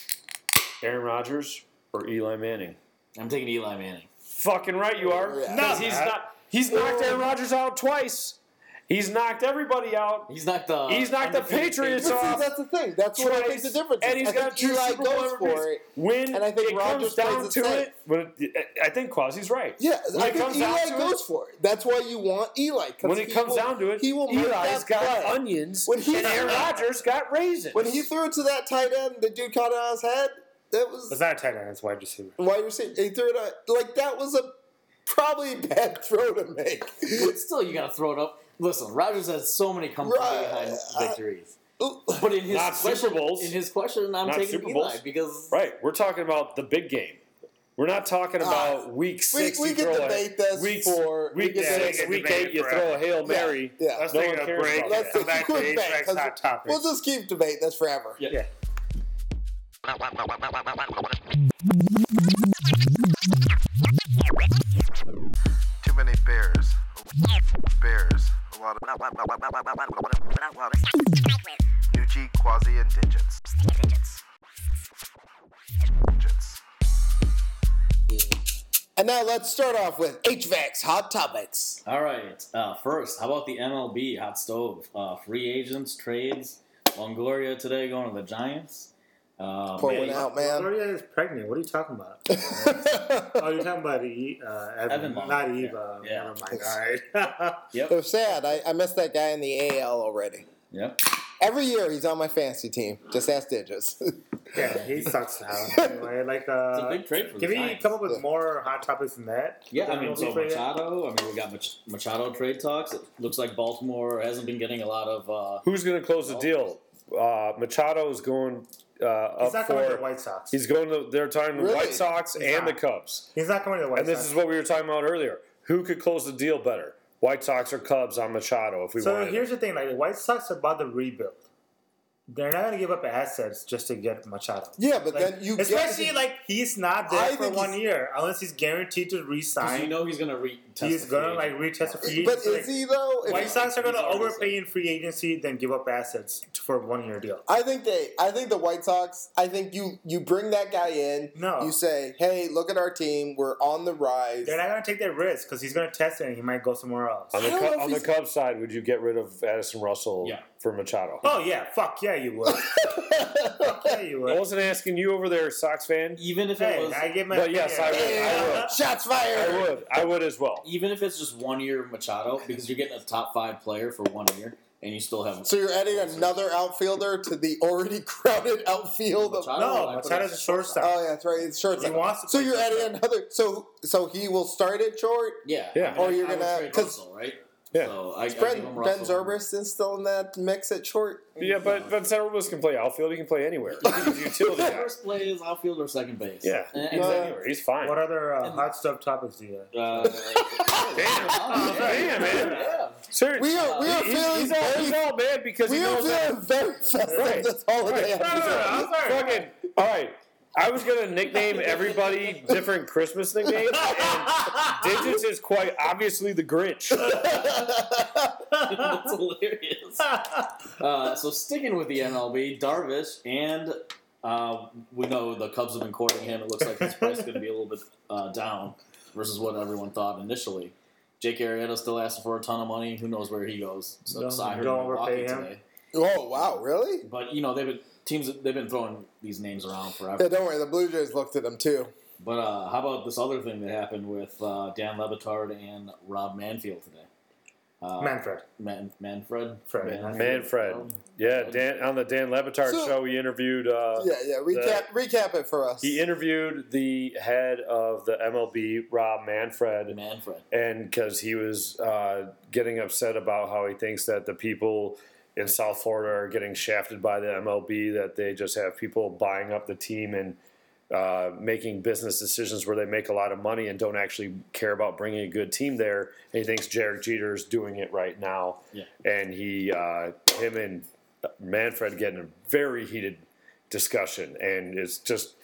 S4: Aaron Rodgers or Eli Manning?
S5: I'm taking Eli Manning.
S4: Fucking right, you are.
S2: Yeah.
S4: 'Cause he's
S3: Matt.
S4: not. He's knocked Aaron Rodgers out twice. He's knocked everybody out.
S5: He's not the.
S4: He's knocked the
S5: undefeated
S4: Patriots
S5: favorite.
S2: But see,
S4: off.
S2: that's the thing. That's what I think the
S4: twice,
S2: difference.
S4: and
S2: is.
S4: he's
S2: I think
S4: got two
S2: Eli
S4: Super Bowl
S2: goes for
S4: MVPs.
S2: it.
S4: When
S2: and I think
S4: it
S2: Rodgers
S4: comes down
S2: plays it
S4: to
S2: safe.
S4: it, when it, I think Quasi's right.
S2: Yeah,
S4: when
S2: I
S4: it
S2: think
S4: comes
S2: Eli
S4: down to
S2: goes
S4: it,
S2: for it. That's why you want Eli. 'cause
S4: when it
S2: he
S4: comes
S2: will-
S4: down to it,
S2: he will make
S4: Eli's
S2: that
S4: got
S2: play.
S4: onions,
S2: When he-
S4: and Aaron Rodgers got raisins.
S2: When he threw it to that tight end, the dude caught it on his head. That was
S3: It's not a tight end. It's wide receiver.
S2: wide receiver. He threw it on, like that was a probably bad throw to make.
S5: But still, you got to throw it up. Listen, Rodgers has so many come from
S2: Right.
S5: behind victories.
S2: Ooh.
S5: But in his
S4: Not
S5: question,
S4: Super Bowls.
S5: in his question, I'm
S4: Not
S5: taking
S4: Super
S5: Eli
S4: Bowls.
S5: because
S4: right, we're talking about the big game. We're not talking about week six.
S2: Ah, we
S4: you
S2: can
S4: throw a-
S2: debate this
S4: week,
S2: for- we
S4: week
S2: can
S4: six,
S3: debate-
S4: week
S3: debate
S4: eight.
S3: it
S4: You throw
S3: forever.
S4: a hail mary.
S2: Yeah.
S3: Let's
S4: No
S3: take
S4: one
S3: a
S4: cares
S3: break.
S4: about
S2: Let's
S4: that.
S2: take a
S3: Go Oh, back to
S2: quick break.
S3: HVAC's hot topics.
S2: We'll just keep debating this forever.
S4: Yeah.
S1: Too many bears. Bears. A lot of. New G, Quasi, and Digits. Digits.
S2: And now let's start off with HVAC's hot topics.
S5: All right. Uh, first, how about the MLB hot stove? Uh, free agents, trades. Longoria today going to the Giants. Uh,
S2: Pour
S5: Manny-
S2: one out, man.
S3: Gloria is pregnant. What are you talking about? oh, you're talking about E- uh, Evan,
S5: Evan Long.
S3: not
S5: Yeah.
S3: Eva.
S5: Yeah.
S3: Never mind. All right.
S5: Yep.
S2: It was sad. I, I missed that guy in the AL already.
S5: Yep.
S2: Every year he's on my fantasy team. Just ask Digits.
S3: yeah, he sucks now. Anyway, like, uh,
S5: It's a big trade for the
S3: Can we
S5: Giants.
S3: come up with more hot topics than that?
S5: Yeah,
S3: Than
S5: I mean,
S3: what
S5: so
S3: we traded?
S5: Machado. I mean, we got Mach- Machado trade talks. It looks like Baltimore hasn't been getting a lot of. Uh,
S4: Who's going to close the deal? Uh, Machado is going uh,
S3: He's
S4: up
S3: not coming to
S4: for.
S3: the White Sox.
S4: He's going to. They're talking the
S2: Really?
S4: White Sox
S3: He's
S4: and
S3: not.
S4: the Cubs.
S3: He's not coming to the White
S4: And this
S3: Sox.
S4: is what we were talking about earlier. Who could close the deal better? White Sox or Cubs on Machado if we
S3: so
S4: wanted.
S3: here's the thing: like the White Sox are about to rebuild. They're not going to give up assets just to get Machado.
S2: yeah, but
S3: Like,
S2: then you get-
S3: especially like he's not there
S2: I
S3: for
S2: think
S3: one
S2: he's-
S3: year unless he's guaranteed to
S5: 'cause
S3: re-sign.
S5: you know he's going to re-
S3: he's gonna like retest a free
S2: But
S3: agency.
S2: is he though? If
S3: White
S2: he-
S3: Sox are gonna
S5: he's already
S3: overpay in free agency, then give up assets t- for a one year deal.
S2: I think they. I think the White Sox. I think you you bring that guy in.
S3: No.
S2: You say, hey, look at our team. We're on the rise.
S3: They're not gonna take that risk because he's gonna test it and he might go somewhere else.
S4: On the,
S2: I don't know
S4: Cub,
S2: if
S4: on the
S2: he's-
S4: Cubs side, would you get rid of Addison Russell
S5: Yeah.
S4: for Machado?
S3: Oh yeah, fuck yeah, you would. fuck yeah, you
S4: I
S3: would.
S4: wasn't asking you over there, Sox fan.
S5: Even if it
S3: Hey,
S5: was,
S3: I give my.
S4: But yes, I would.
S3: opinion.
S4: I would.
S2: Shots
S4: I
S2: fired.
S4: would. I would as well.
S5: even if it's just one year Machado, because you're getting a top five player for one year, and you still have
S2: So you're adding another outfielder to the already crowded outfield of.
S3: No,
S5: I put
S3: Machado's
S5: it-
S3: a shortstop.
S2: Oh yeah, that's right. It's short.
S3: He wants to
S2: So
S3: play
S2: you're
S3: shortstop.
S2: adding another. So so he will start at short.
S5: Yeah,
S4: Yeah.
S5: I mean,
S2: Or Oh, you're
S5: I would
S2: gonna-
S5: trade
S2: 'cause-
S5: Russell, right?
S4: Yeah.
S5: So I, I
S2: Is
S5: give
S2: Ben,
S5: him
S2: ben
S5: Russell.
S2: Zobrist is still in that mix at short.
S4: Yeah, but but Settlers can play outfield. He can play anywhere. He's a utility guy.
S5: First play is outfield or second base.
S4: Yeah,
S5: And-
S4: he's
S5: and-
S4: anywhere. He's fine.
S3: What other uh, hot stuff topics do you have?
S5: uh,
S4: Damn, damn, man.
S5: yeah.
S4: Seriously,
S2: We are we are
S4: he's,
S2: feeling
S4: he's all, he's
S2: very
S4: all mad because he
S2: we are
S4: knows that.
S2: feeling very festive
S4: Right.
S2: this holiday.
S4: Right. No, no, no,
S2: episode.
S4: I'm sorry. Fucking, all right. I was gonna nickname everybody different Christmas nicknames, and Digits is quite obviously the Grinch.
S5: That's hilarious. Uh, so sticking with the MLB, Darvish and uh, we know the Cubs have been courting him. It looks like his price is going to be a little bit uh, down versus what everyone thought initially. Jake Arrieta still asking for a ton of money. Who knows where he goes? So
S3: Don't-
S5: so I heard
S3: don't
S5: Milwaukee
S3: overpay him.
S5: today.
S2: Oh wow, really?
S5: But you know they've been teams they've been throwing these names around
S2: Yeah,
S5: forever.
S2: don't worry. The Blue Jays looked at him too.
S5: But uh, how about this other thing that happened with uh, Dan Levitard and Rob Manfield today? Uh,
S3: Manfred.
S5: Man, Manfred,
S3: Fred.
S4: Manfred. Yeah, Dan on the Dan Levitard
S2: So-
S4: show, he interviewed. Uh,
S2: Yeah, yeah. Recap, recap it for us.
S4: He interviewed the head of the MLB, Rob Manfred,
S5: Manfred.
S4: and because he was uh, getting upset about how he thinks that the people in South Florida are getting shafted by the MLB, that they just have people buying up the team and uh, making business decisions where they make a lot of money and don't actually care about bringing a good team there. And he thinks Jared Jeter is doing it right now,
S5: Yeah.
S4: and he, uh, him and Manfred get in a very heated discussion, and it's just.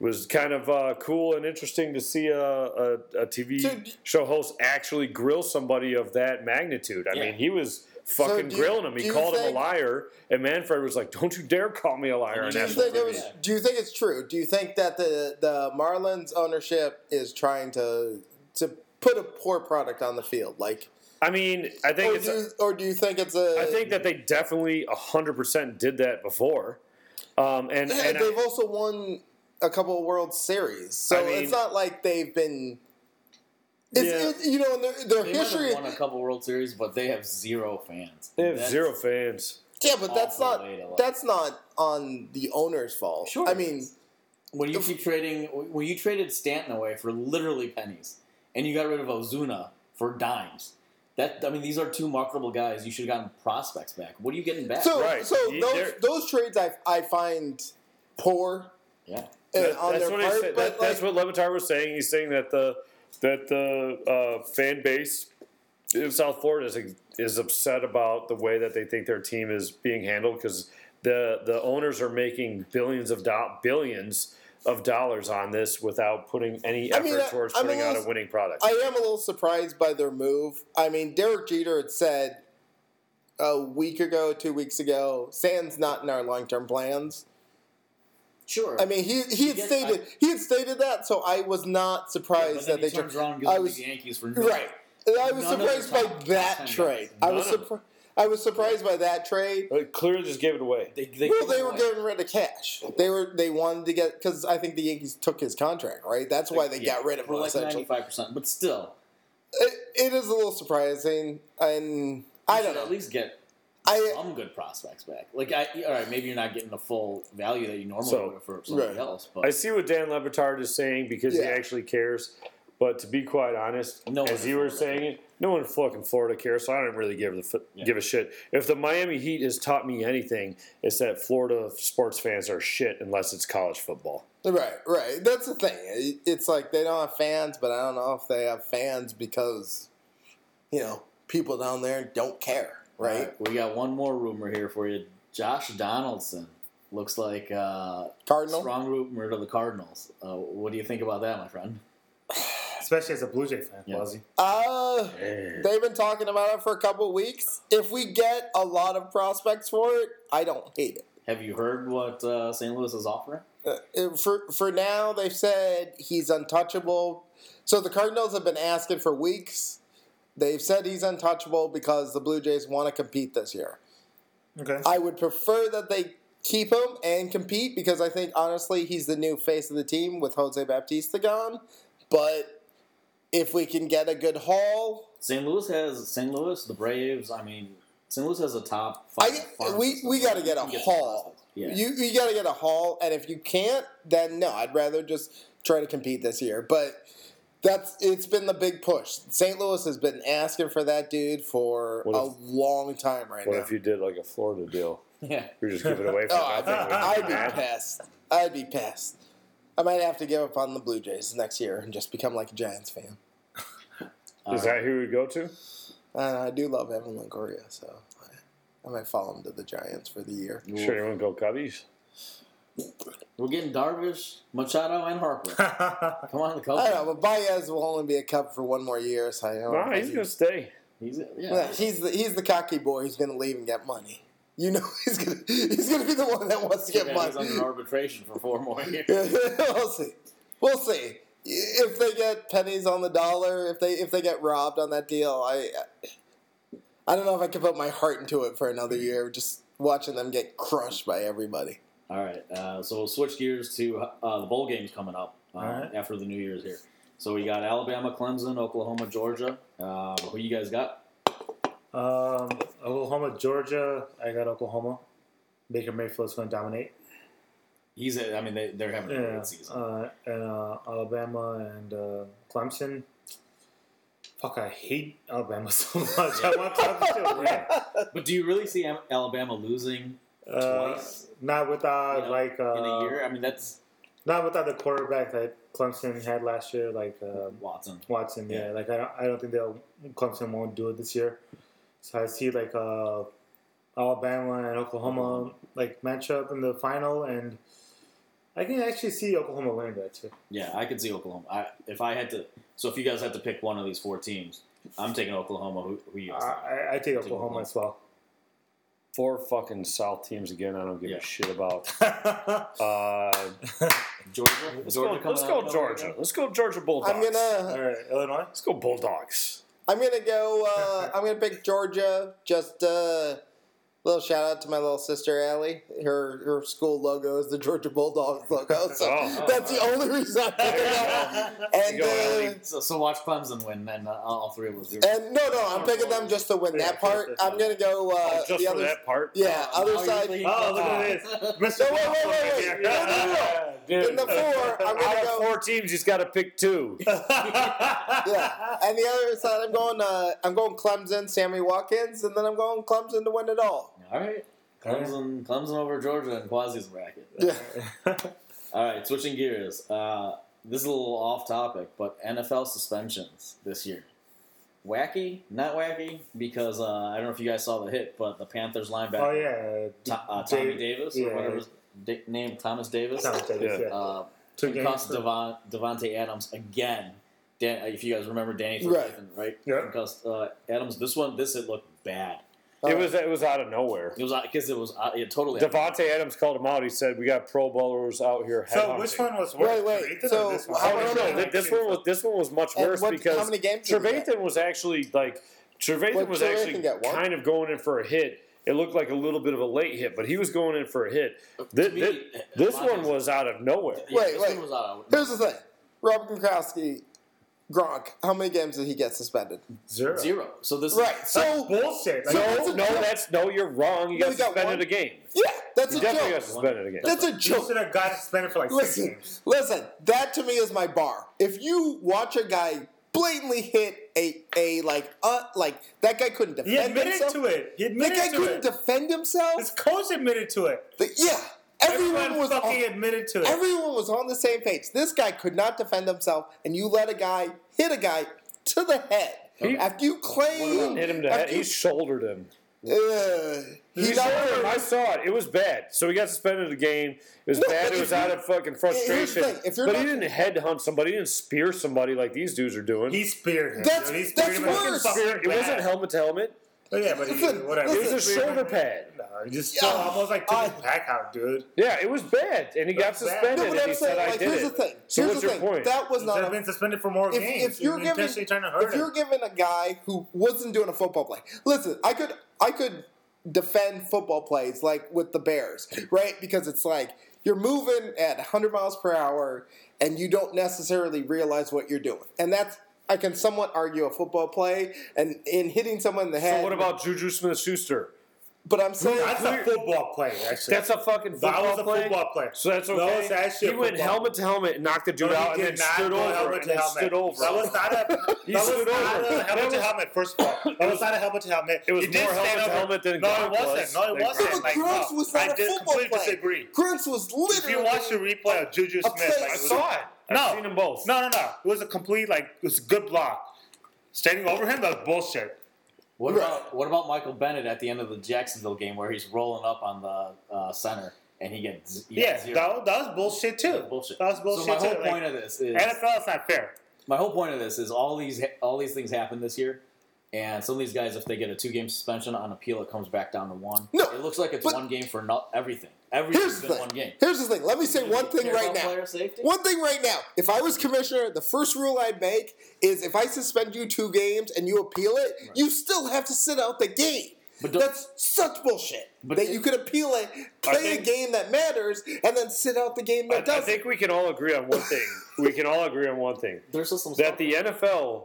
S4: It was kind of uh, cool and interesting to see a, a, a TV
S2: Dude.
S4: show host actually grill somebody of that magnitude. I
S5: Yeah.
S4: mean, he was fucking
S2: do you-
S4: grilling him.
S2: do
S4: He
S2: you
S4: called him
S2: think-
S4: a liar, and Manfred was like, "Don't you dare call me a liar." on
S5: Do
S2: do you
S4: national
S2: think it
S4: TV."
S2: was? Do you think it's true? Do you think that the the Marlins ownership is trying to to put a poor product on the field? Like,
S4: I mean, I think
S2: or
S4: it's.
S2: do, you, or do you think it's a?
S4: I think that they definitely hundred percent did that before, um, and
S2: Yeah,
S4: and I-
S2: they've also won a couple of World Series, so
S4: I mean-
S2: it's not like they've been. It's,
S4: Yeah.
S2: it- you know, and their, their
S5: They might
S2: history.
S5: have won a couple World Series, but they have zero fans.
S4: they have
S5: That's-
S4: zero fans.
S2: Yeah, but that's
S5: awful
S2: not
S5: way to look.
S2: that's not on the owner's fault.
S5: Sure
S2: I
S5: it
S2: mean,
S5: is. When you keep trading, when you traded Stanton away for literally pennies, and you got rid of Ozuna for dimes. That I mean, these are two marketable guys. You should have gotten prospects back. What are you getting back?
S2: so
S4: Right.
S2: so
S4: You-
S2: those
S4: they're-
S2: those trades I I find poor
S5: yeah,
S2: uh,
S4: That-
S2: on
S4: that's
S2: their
S4: what
S2: part,
S4: he said.
S2: but
S4: That, that's
S2: like,
S4: what Levitar was saying. He's saying that the that the uh, fan base in South Florida is is upset about the way that they think their team is being handled because the the owners are making billions of do- billions of dollars on this without putting any
S2: I
S4: effort
S2: mean, I-
S4: towards
S2: I'm
S4: putting out a
S2: almost-
S4: winning product.
S2: I am a little surprised by their move. I mean, Derek Jeter had said a week ago, two weeks ago, Sand's not in our long term plans.
S5: sure.
S2: I mean, he he had
S5: Yes,
S2: stated he had stated that, so I was not
S5: Yeah,
S2: surprised
S5: but then
S2: that they
S5: he turns
S2: traded-
S5: around and gives
S2: I
S5: them
S2: was
S5: the Yankees for nothing.
S2: right. And I was
S5: None of
S2: surprised
S5: their
S2: by
S5: top-
S2: that
S5: top ten
S2: trade.
S5: guys.
S2: I
S4: None
S2: was
S4: of
S2: surprised. I was surprised by that trade.
S4: Like, clearly, just gave it away.
S5: They, they
S2: Well,
S5: give
S2: they
S5: him
S2: were
S5: away.
S2: getting rid of cash. They were they wanted to get because I think the Yankees took his contract, right? That's why they
S5: Yeah,
S2: got rid of
S5: for
S2: him.
S5: like
S2: essentially,
S5: ninety five percent, but still,
S2: it, it is a little surprising, and I
S5: you
S2: don't
S5: should At
S2: know.
S5: least get
S2: I
S5: some good prospects back. Like, I, all right, maybe you're not getting the full value that you normally
S4: So-
S5: would have for somebody
S2: Right.
S5: else, but
S4: I see what Dan Lebertard is saying because he
S2: Yeah.
S4: actually cares. But to be quite honest,
S5: No one
S4: as
S5: in
S4: you were
S5: Florida
S4: saying it, no one in fucking Florida cares, so I don't really give the f-
S5: Yeah.
S4: give a shit. If the Miami Heat has taught me anything, it's that Florida sports fans are shit unless it's college football.
S2: right, right. That's the thing. It- It's like they don't have fans, but I don't know if they have fans because you know people down there don't care,
S5: All
S2: right?
S5: right, we got one more rumor here for you. Josh Donaldson looks like uh,
S2: Cardinal.
S5: strong rumor to the Cardinals. Uh, what do you think about that, my friend?
S3: especially as a Blue Jay fan, Quasi.
S2: Uh, they've been talking about it for a couple weeks. If we get a lot of prospects for it, I don't hate it.
S5: Have you heard what uh, St. Louis is offering?
S2: Uh, it- for for now, they've said he's untouchable. So the Cardinals have been asking for weeks. They've said he's untouchable because the Blue Jays want to compete this year.
S3: Okay.
S2: I would prefer that they keep him and compete because I think honestly he's the new face of the team with Jose Baptista gone. But if we can get a good haul,
S5: St. Louis has St. Louis, the Braves. I mean, St. Louis has a top
S2: I
S5: five. farm
S2: we
S5: system.
S2: we got to get a
S5: can get some
S2: haul.
S5: prospects. Yeah.
S2: You you got to get a haul, and if you can't, then no, I'd rather just try to compete this year. But that's it's been the big push. St. Louis has been asking for that dude for
S4: What
S2: a
S4: if-
S2: long time right
S4: What
S2: now.
S4: if you did like a Florida deal?
S5: yeah.
S4: You're just giving it away for
S2: Oh, I'd be,
S4: nothing.
S2: I'd be pissed. I'd be pissed. I might have to give up on the Blue Jays next year and just become like a Giants fan.
S4: Is that who we'd go to?
S2: Uh, I do love Evan Longoria, so I- I might follow him to the Giants for the year.
S4: Sure, you wouldn't go Cubbies.
S5: We're getting Darvish, Machado, and Harper. Come on, the
S2: I
S5: Cubs.
S2: don't know, but Baez will only be a Cub for one more year, so I don't know.
S4: Nah, he's gonna stay.
S5: He's,
S2: Yeah,
S5: yeah.
S2: he's the he's the cocky boy who's going to leave and get money. You know, he's gonna he's gonna be the one that wants to
S5: Too
S2: get
S5: bad He's
S2: money.
S5: under arbitration for four more years.
S2: we'll see. We'll see. If they get pennies on the dollar, if they if they get robbed on that deal, I I don't know if I could put my heart into it for another year. Just watching them get crushed by everybody.
S5: All right, uh, so we'll switch gears to uh, the bowl games coming up uh,
S3: right.
S5: after the New Year's here. So we got Alabama, Clemson, Oklahoma, Georgia. Um, who you guys got?
S3: Um, Oklahoma, Georgia. I got Oklahoma. Baker Mayfield's going to dominate.
S5: He's. A, I mean, they, they're having a
S3: Yeah.
S5: great season.
S3: Uh, and uh, Alabama and uh, Clemson. Fuck, I hate Alabama so much. I want Clemson to win.
S5: but do you really see Am- Alabama losing
S3: Uh,
S5: Twice?
S3: Not without
S5: you know,
S3: like uh,
S5: in a year? I mean, that's
S3: Not without the quarterback that Clemson had last year, like um,
S5: Watson.
S3: Watson. Yeah,
S5: Yeah.
S3: like I don't, I don't think they'll Clemson won't do it this year. So I see like uh, Alabama and Oklahoma like matchup in the final, and I can actually see Oklahoma winning that too.
S5: Yeah, I could see Oklahoma. I, if I had to, so if you guys had to pick one of these four teams, I'm taking Oklahoma. Who, who you
S3: I,
S5: guys? got?
S3: I, I take Oklahoma as well.
S4: Four fucking South teams again. I don't give
S5: Yeah.
S4: a shit about. Uh,
S5: Georgia.
S4: let's
S5: Georgia
S4: go.
S5: coming
S4: Let's
S5: out
S4: go
S5: of nowhere?
S4: Georgia. Let's go Georgia Bulldogs.
S2: I'm gonna
S3: All right, Illinois.
S4: Let's go Bulldogs.
S2: I'm gonna go. Uh, I'm gonna pick Georgia. Just uh, little shout out to my little sister Allie. Her her school logo is the Georgia Bulldogs logo. So
S4: Oh.
S2: that's the only reason. I'm picking them. And
S4: Go,
S2: uh,
S4: Allie.
S5: So, so watch Clemson win, then uh, all three of us do.
S2: and no, no, I'm picking them just to win that part. I'm gonna go. Uh,
S4: Oh, just
S2: the
S4: for
S2: other,
S4: that part.
S2: Yeah, other side.
S3: Oh, look at this, Mr.
S2: No, wait, wait, wait, wait. No, no, no.
S4: Dude,
S2: In the four, I'm
S4: out
S2: gonna
S4: of
S2: go.
S4: four teams, he's got to pick two.
S2: Yeah, and the other side, I'm going. Uh, I'm going Clemson, Sammy Watkins, and then I'm going Clemson to win it all.
S5: All right. Clemson, Clemson over Georgia and Quasi's bracket.
S2: Yeah.
S5: All right, switching gears. Uh, this is a little off topic, but NFL suspensions this year. Wacky, not wacky, because uh, I don't know if you guys saw the hit, but the Panthers
S3: Oh
S5: linebacker
S3: yeah,
S5: To- uh, Tommy
S3: Dave-
S5: Davis
S3: yeah.
S5: or whatever his da- name, Thomas Davis,
S3: Thomas Davis,
S4: Yeah.
S3: yeah.
S5: uh,
S3: Two
S5: concussed
S3: games.
S5: Devon, Devontae Adams again. Dan, uh, if you guys remember Danny
S2: Right.
S5: Trevathan, right?
S3: Yeah.
S5: Concussed uh, Adams. This one, this it looked bad.
S4: It was it was out of nowhere.
S5: It was because it was uh, it totally.
S4: Devonte Adams called him out. He said, "We got Pro Bowlers out here."
S3: So
S4: headhunting."
S3: which one was
S2: Wait,
S3: worse?
S2: wait,
S3: Creighton
S2: so
S3: or this one?
S2: how-
S4: I don't know. Th- This one was this one was much
S2: And
S4: worse
S2: what-
S4: because
S2: how many games did he get?
S4: Trevathan was actually like Trevathan
S2: What,
S4: was
S2: Trevathan
S4: actually
S2: got one?
S4: kind of going in for a hit. It looked like a little bit of a late hit, but he was going in for a hit.
S2: Uh,
S4: Th-
S5: me,
S4: th- this
S5: Devontae's-
S4: one was out of nowhere.
S5: Yeah,
S2: Wait,
S5: this
S2: wait.
S5: one was out of-
S2: Here's the thing: Rob Gronkowski, Gronk. How many games did he get suspended?
S3: zero.
S5: uh, zero. So this
S2: Right. So
S3: Bullshit. Like,
S2: So-
S4: No,
S2: That's a
S4: no,
S2: joke.
S4: that's no. You're wrong. You
S2: No,
S4: got
S2: he got
S4: suspended
S2: one.
S4: a game.
S2: yeah, that's
S4: You
S2: a
S4: definitely got
S2: joke.
S4: suspended a game.
S2: That's a
S3: you
S2: joke.
S3: should have got suspended for like six
S2: Listen,
S3: games.
S2: listen. That to me is my bar. If you watch a guy blatantly hit a a like uh like that guy couldn't defend
S3: He admitted
S2: himself.
S3: to it. He
S2: That guy
S3: admitted to
S2: couldn't
S3: it.
S2: defend
S3: His
S2: himself.
S3: coach admitted to it.
S2: The- yeah, everyone
S3: Everyone
S2: was on,
S3: fucking admitted to it.
S2: everyone was on the same page. This guy could not defend himself, and you let a guy hit a guy to the head.
S4: He-
S2: after you uh, claim
S4: Hit him to
S2: after
S4: head.
S2: you
S4: He shouldered him.
S2: Ugh.
S4: He
S2: He's over
S4: saw
S2: it.
S4: him. I saw it. It was bad. So he got suspended the game. It was
S2: No,
S4: bad.
S2: but
S4: It
S2: if
S4: was
S2: you-
S4: out of fucking
S2: here's the
S4: frustration.
S2: thing. If you're
S4: but
S2: not-
S4: he didn't headhunt somebody. He didn't spear somebody like these dudes are doing.
S3: He speared him.
S2: That's-
S3: dude. He
S2: that's
S3: speared him in the
S2: worse.
S3: fucking
S4: it wasn't
S3: back.
S4: helmet to helmet.
S3: But yeah, but he,
S2: Listen,
S3: whatever.
S4: It was a shoulder pad.
S3: No, he just yeah. almost like took his
S2: I-
S3: back out, dude.
S4: Yeah, it was bad, and he got
S3: That's bad.
S4: suspended.
S2: No, but
S4: and
S2: I'm
S4: he said,
S2: saying,
S4: "I
S2: like,
S4: did
S2: here's
S4: it."
S2: the thing.
S4: So
S2: here's
S4: what's
S2: the
S4: your
S2: thing.
S4: point?
S2: That was
S3: He's
S2: not
S3: have
S2: a
S3: been suspended for more
S2: if,
S3: games.
S2: if you're
S3: He was
S2: giving
S3: intentionally trying to hurt
S2: if
S3: him.
S2: you're giving a guy who wasn't doing a football play, listen, I could I could defend football plays like with the Bears, right? Because it's like you're moving at 100 miles per hour and you don't necessarily realize what you're doing, and that's I can somewhat argue a football play and in hitting someone in the head.
S4: So what about Juju Smith-Schuster?
S2: But I'm saying
S3: that's a football play, actually.
S4: That's a fucking football
S3: that was a
S4: play.
S3: football play.
S4: So that's
S3: No,
S4: okay.
S3: it's actually
S4: he
S3: a
S4: went
S3: football.
S4: helmet to helmet and knocked the dude
S3: No, he
S4: out, and
S3: did
S4: then
S3: not
S4: stood
S3: go
S4: over.
S3: helmet
S4: And
S3: to
S4: then
S3: helmet.
S4: stood over.
S3: That was not a.
S4: He
S3: that was
S4: stood
S3: not
S4: over.
S3: a helmet
S4: That
S3: to
S4: was-
S3: helmet. First of all, that was not a helmet to helmet.
S4: It was
S3: He did
S4: more
S3: stand
S4: helmet to
S3: over.
S4: helmet than
S3: No, it
S4: Gronk was.
S3: wasn't. No, it
S4: Like,
S3: wasn't.
S4: Gronk.
S3: Like,
S2: Gross
S3: no,
S2: was not
S3: I
S2: a
S3: did
S2: football
S3: completely
S2: play.
S3: disagree.
S2: Grunts was
S3: If
S2: literally
S3: you watch the replay of Juju
S2: A
S3: Smith,
S2: play.
S3: like,
S2: I
S3: it was-
S4: saw it. I've
S3: no,
S4: seen them both.
S3: No, no, no. It was a complete like it was a good block. Standing over him, that was bullshit.
S5: What about what about Michael Bennett at the end of the Jacksonville game where he's rolling up on the uh, center and he gets he
S3: Yeah,
S5: gets zero?
S3: that, was- that was bullshit too.
S5: bullshit.
S3: That was bullshit
S5: So my whole
S3: too. Like,
S5: point of this is
S3: NFL is not fair.
S5: my whole point of this is all these all these things happen this year, and some of these guys, if they get a two game suspension on appeal, it comes back down to one.
S2: No,
S5: it looks like it's
S2: but-
S5: one game for not everything. Everything's
S2: Here's the
S5: been
S2: thing.
S5: one game.
S2: Here's the thing. Let me say one
S5: Do
S2: thing
S5: you care
S2: right
S5: about
S2: now.
S5: Player safety.
S2: One thing right now. If I was commissioner, the first rule I'd make is if I suspend you two games and you appeal it, you still have to sit out the game.
S5: But don't-
S2: That's such bullshit.
S5: But
S2: that
S5: it-
S2: you could appeal it, play
S4: think-
S2: a game that matters, and then sit out the game that
S4: I, I
S2: doesn't.
S4: think we can all agree on one thing. we can all agree on one thing
S5: There's just some
S4: that
S5: stuff.
S4: the NFL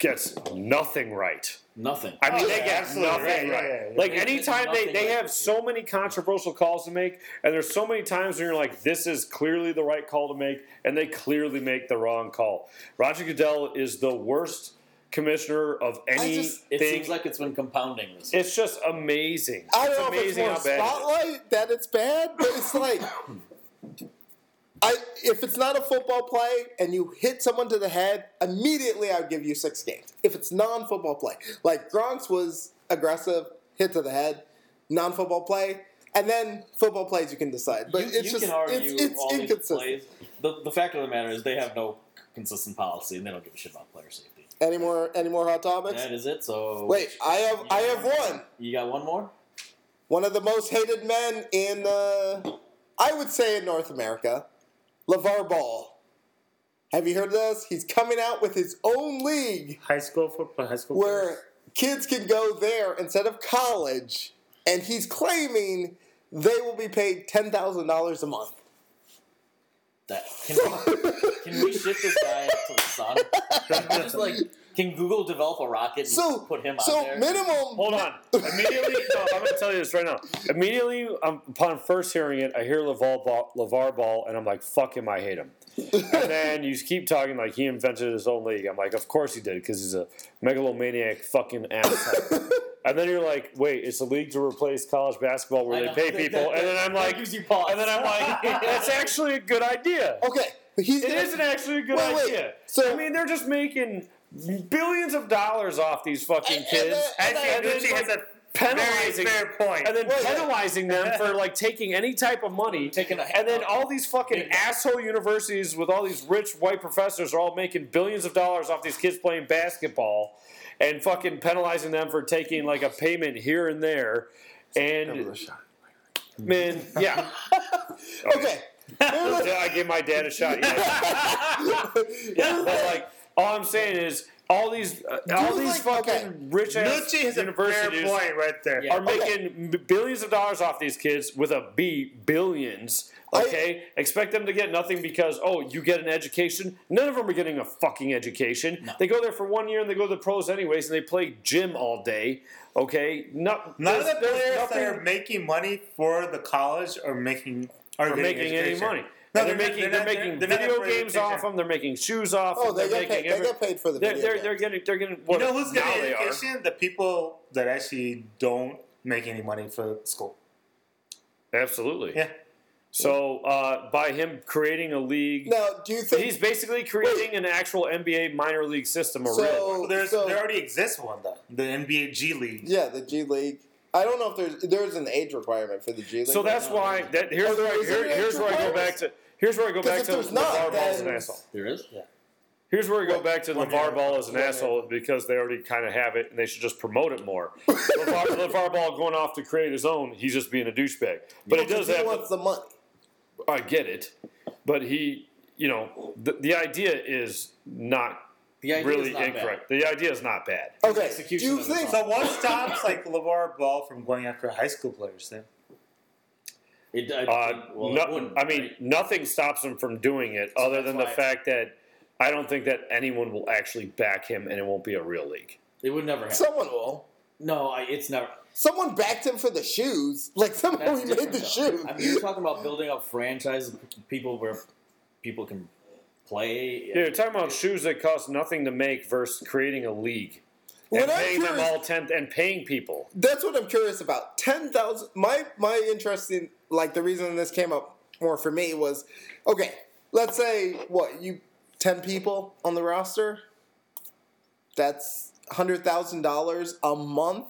S4: gets nothing right.
S5: nothing.
S4: I mean,
S3: Oh,
S4: they
S3: yeah,
S4: get
S3: absolutely.
S4: nothing
S3: Right,
S4: right.
S3: yeah, yeah, yeah.
S4: Like
S5: They get
S4: anytime they,
S5: nothing
S4: they
S5: right.
S4: have so many controversial calls to make, and there's so many times when you're like, this is clearly the right call to make, and they clearly make the wrong call. Roger Goodell is the worst commissioner of anything.
S2: just-
S5: it seems like it's been compounding this.
S4: it's just amazing.
S2: I don't know if it's
S4: amazing
S2: more
S4: how bad it is.
S2: spotlight that it's bad, but it's like, I if it's not a football play and you hit someone to the head, immediately I'd give you six games. If it's non-football play, like Gronk's was aggressive, hit to the head, non-football play, and then football plays you can decide. But
S5: you,
S2: it's
S5: you
S2: just
S5: can argue
S2: it's, it's
S5: all these
S2: inconsistent
S5: plays. The, the fact of the matter is they have no consistent policy and they don't give a shit about player safety.
S2: Any more any more hot topics?
S5: That is it. So
S2: Wait, I have I have one.
S5: You got one more?
S2: One of the most hated men in uh, I would say in North America, LeVar Ball. Have you heard of this? He's coming out with his own league
S3: High school football, high school.
S2: where kids can go there instead of college, and he's claiming they will be paid ten thousand dollars a month.
S5: That can we, can we shift this guy to the sun? Can we just like can Google develop a rocket and
S2: So
S5: put him
S2: so
S5: on there?
S2: minimum.
S4: Hold on. Immediately, no, I'm going to tell you this right now. Immediately, um, upon first hearing it, I hear LeVar Ball, LeVar Ball, and I'm like, fuck him, I hate him. And then you keep talking like he invented his own league. I'm like, of course he did, because he's a megalomaniac fucking asshole. and then you're like, wait, it's a league to replace college basketball where
S5: I
S4: they
S5: know.
S4: pay
S5: That-
S4: people.
S5: that-
S4: and then I'm
S5: that
S4: like,
S5: gives you pause.
S4: and then I'm like, that's actually a good idea.
S2: Okay, but he's
S4: It
S2: gonna-
S4: isn't actually a good
S2: Wait, wait.
S4: idea.
S2: So-
S4: I mean, they're just making billions of dollers off these fucking
S2: And- and
S4: kids.
S2: the- and
S4: And
S3: Actually,
S4: then,
S3: Gucci has
S4: like,
S3: a
S4: penalizing-
S3: very fair point.
S4: and then
S2: Wait.
S4: penalizing them for like taking any type of money,
S5: Taking a-
S4: and then all these fucking
S5: Big-
S4: asshole universities with all these rich white professors are all making billions of dollars off these kids playing basketball, and fucking penalizing them for taking like a payment here and there, and man, yeah,
S2: Okay,
S4: yeah, I gave my dad a shot. yeah. Yeah, but like all I'm saying is all these uh, all
S2: Dude,
S4: these
S2: like,
S4: fucking
S2: okay.
S4: rich ass
S3: Gucci has a fair
S4: universities
S3: point right there.
S5: Yeah.
S4: are making b- billions of dollars off these kids with a B billions. Okay, expect them to get nothing because oh, you get an education. None of them are getting a fucking education. They go there for one year and they go to the pros anyways, and they play gym all day. Okay, not
S3: None of
S4: there's-
S3: the
S4: there's
S3: players
S4: nothing-
S3: that are making money for the college are making are,
S4: are
S3: getting
S4: making any
S3: education.
S4: money.
S3: No,
S4: and they're,
S3: not-
S4: making they're,
S3: not-
S4: making
S3: they're not
S4: video
S3: for
S4: games
S3: education.
S4: off them. They're making shoes off.
S2: Oh,
S4: them,
S2: they
S4: they're
S2: get
S4: making
S2: paid- they get paid for the
S4: They're,
S2: video
S4: they're, they're getting they're getting. Well,
S3: You know who's
S4: now
S3: getting
S4: they are.
S3: education? The people that actually don't make any money for school.
S4: Absolutely.
S3: Yeah.
S4: So uh, by him creating a league,
S2: now do you think
S4: he's basically creating an actual NBA minor league system. A real.
S2: so?
S3: There's
S2: so
S3: there already exists one though. The NBA G League.
S2: yeah, the G League. I don't know if there's there's an age requirement for the G League.
S4: So that's why that here's
S2: Oh,
S4: where I,
S2: is there
S4: here, here's where I go back to here's where I go
S2: 'Cause
S4: back
S2: if
S4: to
S2: there's not,
S4: LeVar Ball as an
S2: then-
S4: asshole.
S5: There is. Yeah.
S4: Here's where we go back to LeVar Ball as an
S2: One
S4: asshole because they already kind of have it and they should just promote it more. LeVar, LeVar Ball going off to create his own, he's just being a douchebag. But he does
S2: he
S4: have.
S2: wants the money.
S4: I get it, but he, you know, the, the idea is not
S5: The idea
S4: really
S5: is not
S4: incorrect. The idea is not bad.
S2: Okay,
S5: execution
S2: do you
S5: of the
S2: think?
S5: ball.
S3: So what stops like LeVar Ball from going after high school players then?
S5: Bad. It, I,
S4: Uh,
S5: well,
S4: no-
S5: it wouldn't,
S4: I mean,
S5: right?
S4: nothing stops him from doing it other
S5: that's
S4: than the
S5: why-
S4: fact that I don't think that anyone will actually back him and it won't be a real league.
S5: it would never happen.
S2: Someone will.
S5: no, I, it's never.
S2: Someone backed him for the shoes. Like someone
S5: That's
S2: who Oh, made
S5: different,
S2: the
S5: though.
S2: shoes.
S5: I mean, you're talking about building up franchise of people where people can play.
S4: Yeah, you're talking about shoes that cost nothing to make versus creating a league
S2: What
S4: and
S2: I'm
S4: paying them
S2: curious-
S4: all ten and paying people.
S2: That's what I'm curious about. Ten thousand. My my interest in like the reason this came up more for me was, okay, let's say what you ten people on the roster. That's hundred thousand dollars a month.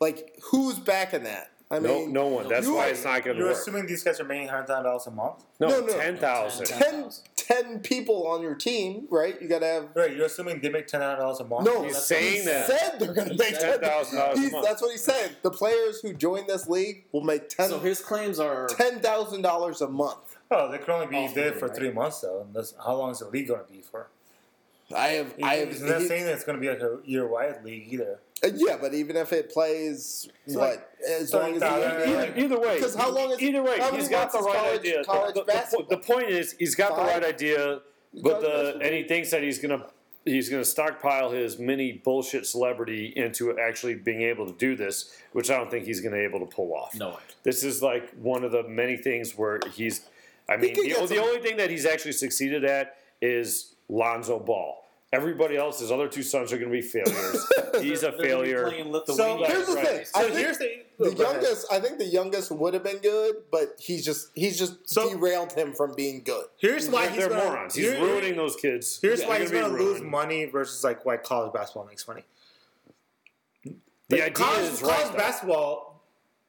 S2: Like who's backing that? I
S4: No,
S2: mean,
S4: no one. That's
S2: you
S4: why
S2: are-
S4: it's not going to
S3: You're
S4: work.
S3: assuming these guys are making hundred thousand dollars a month.
S4: no,
S2: No, no.
S4: ten thousand.
S2: 10, 10 people on your team, right? You got to have.
S3: Right, you're assuming they make ten thousand dollars a month.
S2: No,
S4: He's
S2: that's
S4: saying
S2: he
S4: that.
S2: said they're going to make
S4: said $10,000 a
S2: He's-
S4: month.
S2: That's what he said. The players who join this league will make ten
S5: So his claims are
S2: ten thousand dollars a month.
S3: Oh, they could only be
S5: Off
S3: there
S5: the
S3: for
S5: league,
S3: three months though. And that's, how long is the league going to be for?
S2: I have, I have.
S3: He's not
S2: he-
S3: saying that it's going to be like a year-wide league either.
S2: Uh, Yeah, but even if it plays, what as long as
S3: $30,000.
S2: he,
S4: Either, either way,
S2: 'Cause how long is-
S4: either way,
S2: how many
S4: he's
S2: months
S4: got the
S2: is
S4: right
S2: college-
S4: idea. The-
S2: college
S4: the, the po-
S2: basketball?
S4: the point is, he's got the
S2: Five?
S4: right idea,
S2: College
S4: but the,
S2: basketball.
S4: and he thinks that he's gonna he's gonna stockpile his mini bullshit celebrity into actually being able to do this, which I don't think he's gonna be able to pull off.
S5: no.
S4: This is like one of the many things where he's. I mean,
S2: could
S4: the,
S2: get
S4: the
S2: some-
S4: only thing that he's actually succeeded at is Lonzo Ball. Everybody else, his other two sons are going to be failures. he's a
S5: They're gonna be
S4: failure.
S5: Playing Lithuania.
S3: So
S2: here's the
S4: Right.
S2: thing.
S3: So
S2: I think
S3: here's the,
S2: the
S3: go ahead.
S2: youngest, I think the youngest would have been good, but he's just he's just
S3: So-
S2: derailed him from being good.
S3: Here's why he's
S4: They're
S3: gonna,
S4: morons. He's
S3: here-
S4: ruining those kids.
S3: Here's
S4: They're
S3: why he's
S4: be
S3: going to lose
S4: ruined.
S3: money versus like why college basketball makes money.
S4: The
S3: Like,
S4: idea
S3: college,
S4: is
S3: college
S4: right. though.
S3: basketball.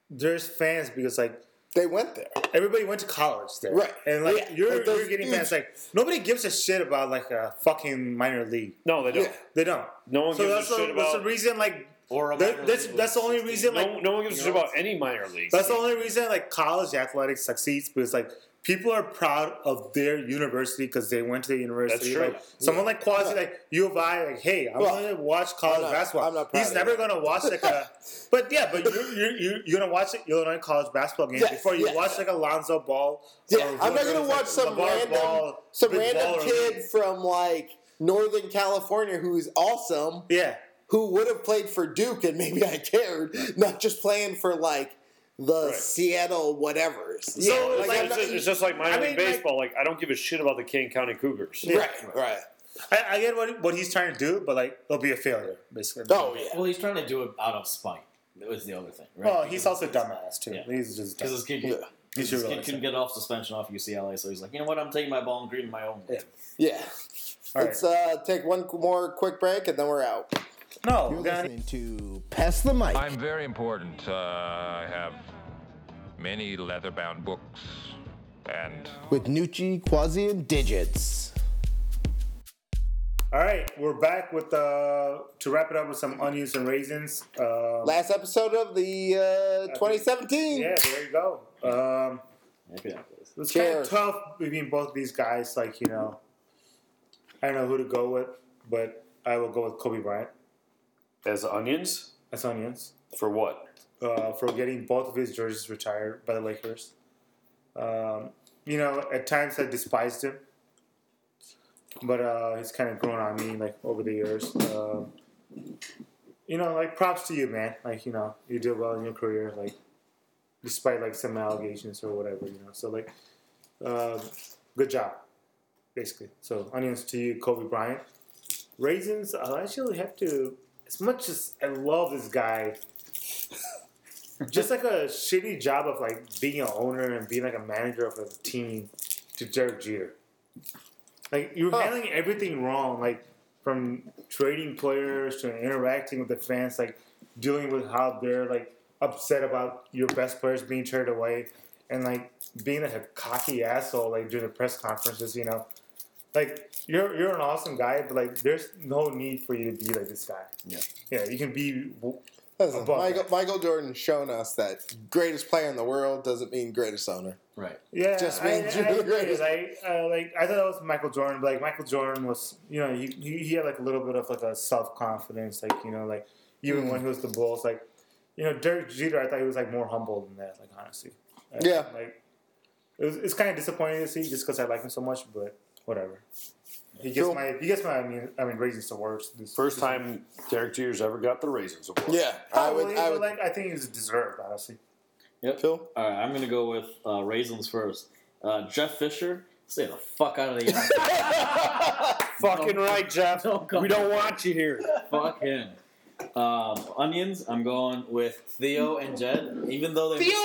S3: There's fans because like
S2: They went there.
S3: everybody went to college there,
S2: Right.
S3: And like
S2: Yeah.
S3: you're,
S2: But those
S3: you're getting
S2: dudes-
S3: fans like nobody gives a shit about like a fucking minor league.
S4: No, they don't.
S2: Yeah.
S3: They don't.
S4: No one
S3: So
S4: gives
S3: that's,
S4: a
S3: the,
S4: shit
S3: that's the
S4: about.
S3: reason like
S5: or a
S3: that-
S5: minor
S3: that's
S5: league
S3: that's the
S5: with
S3: only
S5: 16.
S3: reason like
S4: no, no one gives a shit about any minor leagues.
S3: That's the only reason like college athletics succeeds because like people are proud of their university because they went to the university.
S4: That's true.
S3: Like, someone like quasi like U of I like hey I'm
S2: Well,
S3: gonna watch college
S2: I'm not-
S3: basketball.
S2: I'm not proud
S3: He's
S2: of
S3: never
S2: it.
S3: gonna watch like a but yeah but you you you you're gonna watch an Illinois college basketball game
S2: Yes,
S3: before you
S2: yes.
S3: watch like a Lonzo Ball.
S2: Yeah,
S3: or
S2: I'm not
S3: whoever
S2: gonna
S3: is,
S2: watch some
S3: LeVar
S2: random
S3: Ball,
S2: some
S3: big
S2: random
S3: baller.
S2: kid from like Northern California who's awesome,
S3: Yeah.
S2: who would have played for Duke and maybe I cared, not just playing for like the
S4: Right.
S2: Seattle whatever's.
S3: So,
S4: It's,
S3: like,
S4: it's, just, it's just like minor
S3: I mean,
S4: league
S3: like-
S4: baseball. Like, I don't give a shit about the Kane County Cougars.
S3: Yeah.
S2: right, right.
S3: I, I get what what he's trying to do, but like it'll be a failure basically.
S2: Oh yeah.
S5: Well, he's trying to do it out of spite. That was the other thing, right?
S3: Well, he's also a dumbass too.
S5: Yeah.
S3: He's just dumb.
S5: because his kid,
S2: Yeah.
S3: He should
S5: his kid
S3: realize
S5: couldn't
S3: that.
S5: get off suspension off UCLA, so he's like, you know what? I'm taking my ball and green my own.
S3: Yeah.
S2: Yeah.
S3: All right.
S2: Let's uh, take one more quick break and then we're out.
S3: No,
S11: You're
S3: we're gonna-
S11: listening to Pass the Mic.
S7: I'm very important. Uh, I have many leather bound books and.
S11: with Nucci, Quasi, and Digits.
S3: All right, we're back with uh to wrap it up with some onions and raisins. Um,
S2: Last episode of the uh, 2017.
S3: yeah, there you go. Um, it was kind of
S2: Cheers.
S3: tough between both these guys. Like you know, I don't know who to go with, but I will go with Kobe Bryant
S4: As onions
S3: as onions
S4: for what?
S3: uh, for getting both of his jerseys retired by the Lakers. Um, you know, at times I despised him, but uh, he's kind of grown on me like over the years. Um, you know, like props to you, man. Like you know, you did well in your career, like despite like some allegations or whatever. You know, so like, uh, good job, basically. So onions to you, Kobe Bryant. Raisins, I'll actually have to. As much as I love this guy, just like a shitty job of like being an owner and being like a manager of a team to Derek Jeter. Like you're handling everything wrong, like from trading players to interacting with the fans, like dealing with how they're like upset about your best players being traded away and like being like a cocky asshole like during the press conferences, you know. Like you're you're an awesome guy, but like there's no need for you to be like this guy.
S11: Yeah.
S3: Yeah, you can be w-
S2: Listen,
S3: above
S2: Michael,
S3: that.
S2: Michael Jordan shown us that greatest player in the world doesn't mean greatest owner.
S5: Right.
S3: Yeah,
S2: Just
S3: I,
S2: means
S3: I
S2: you're the
S3: agree.
S2: greatest.
S3: Like, uh, like I thought that was Michael Jordan, but like Michael Jordan was, you know, he he, he had like a little bit of like a self confidence, like you know, like even when he was the Bulls, like you know, Derek Jeter, I thought he was like more humble than that, like honestly. I-
S2: Yeah.
S3: like it was, it's kind of disappointing to see just because I like him so much, but whatever. He gets
S2: Cool.
S3: my he gets my I mean I mean raisins awards. This,
S4: First
S3: this-
S4: time Derek Jeter's ever got the Raisins Award.
S2: Yeah, I
S3: Probably,
S2: would. I
S3: but,
S2: would.
S3: like I think he's deserved, honestly.
S5: Yep.
S2: Phil?
S5: All right, I'm gonna go with uh, raisins first. Uh, Jeff Fisher, stay the fuck out of the NFL.
S4: Fucking right, Jeff.
S5: Don't go.
S4: we don't want you here.
S5: fuck him. Um, onions, I'm going with Theo and Jed. Even though they Theo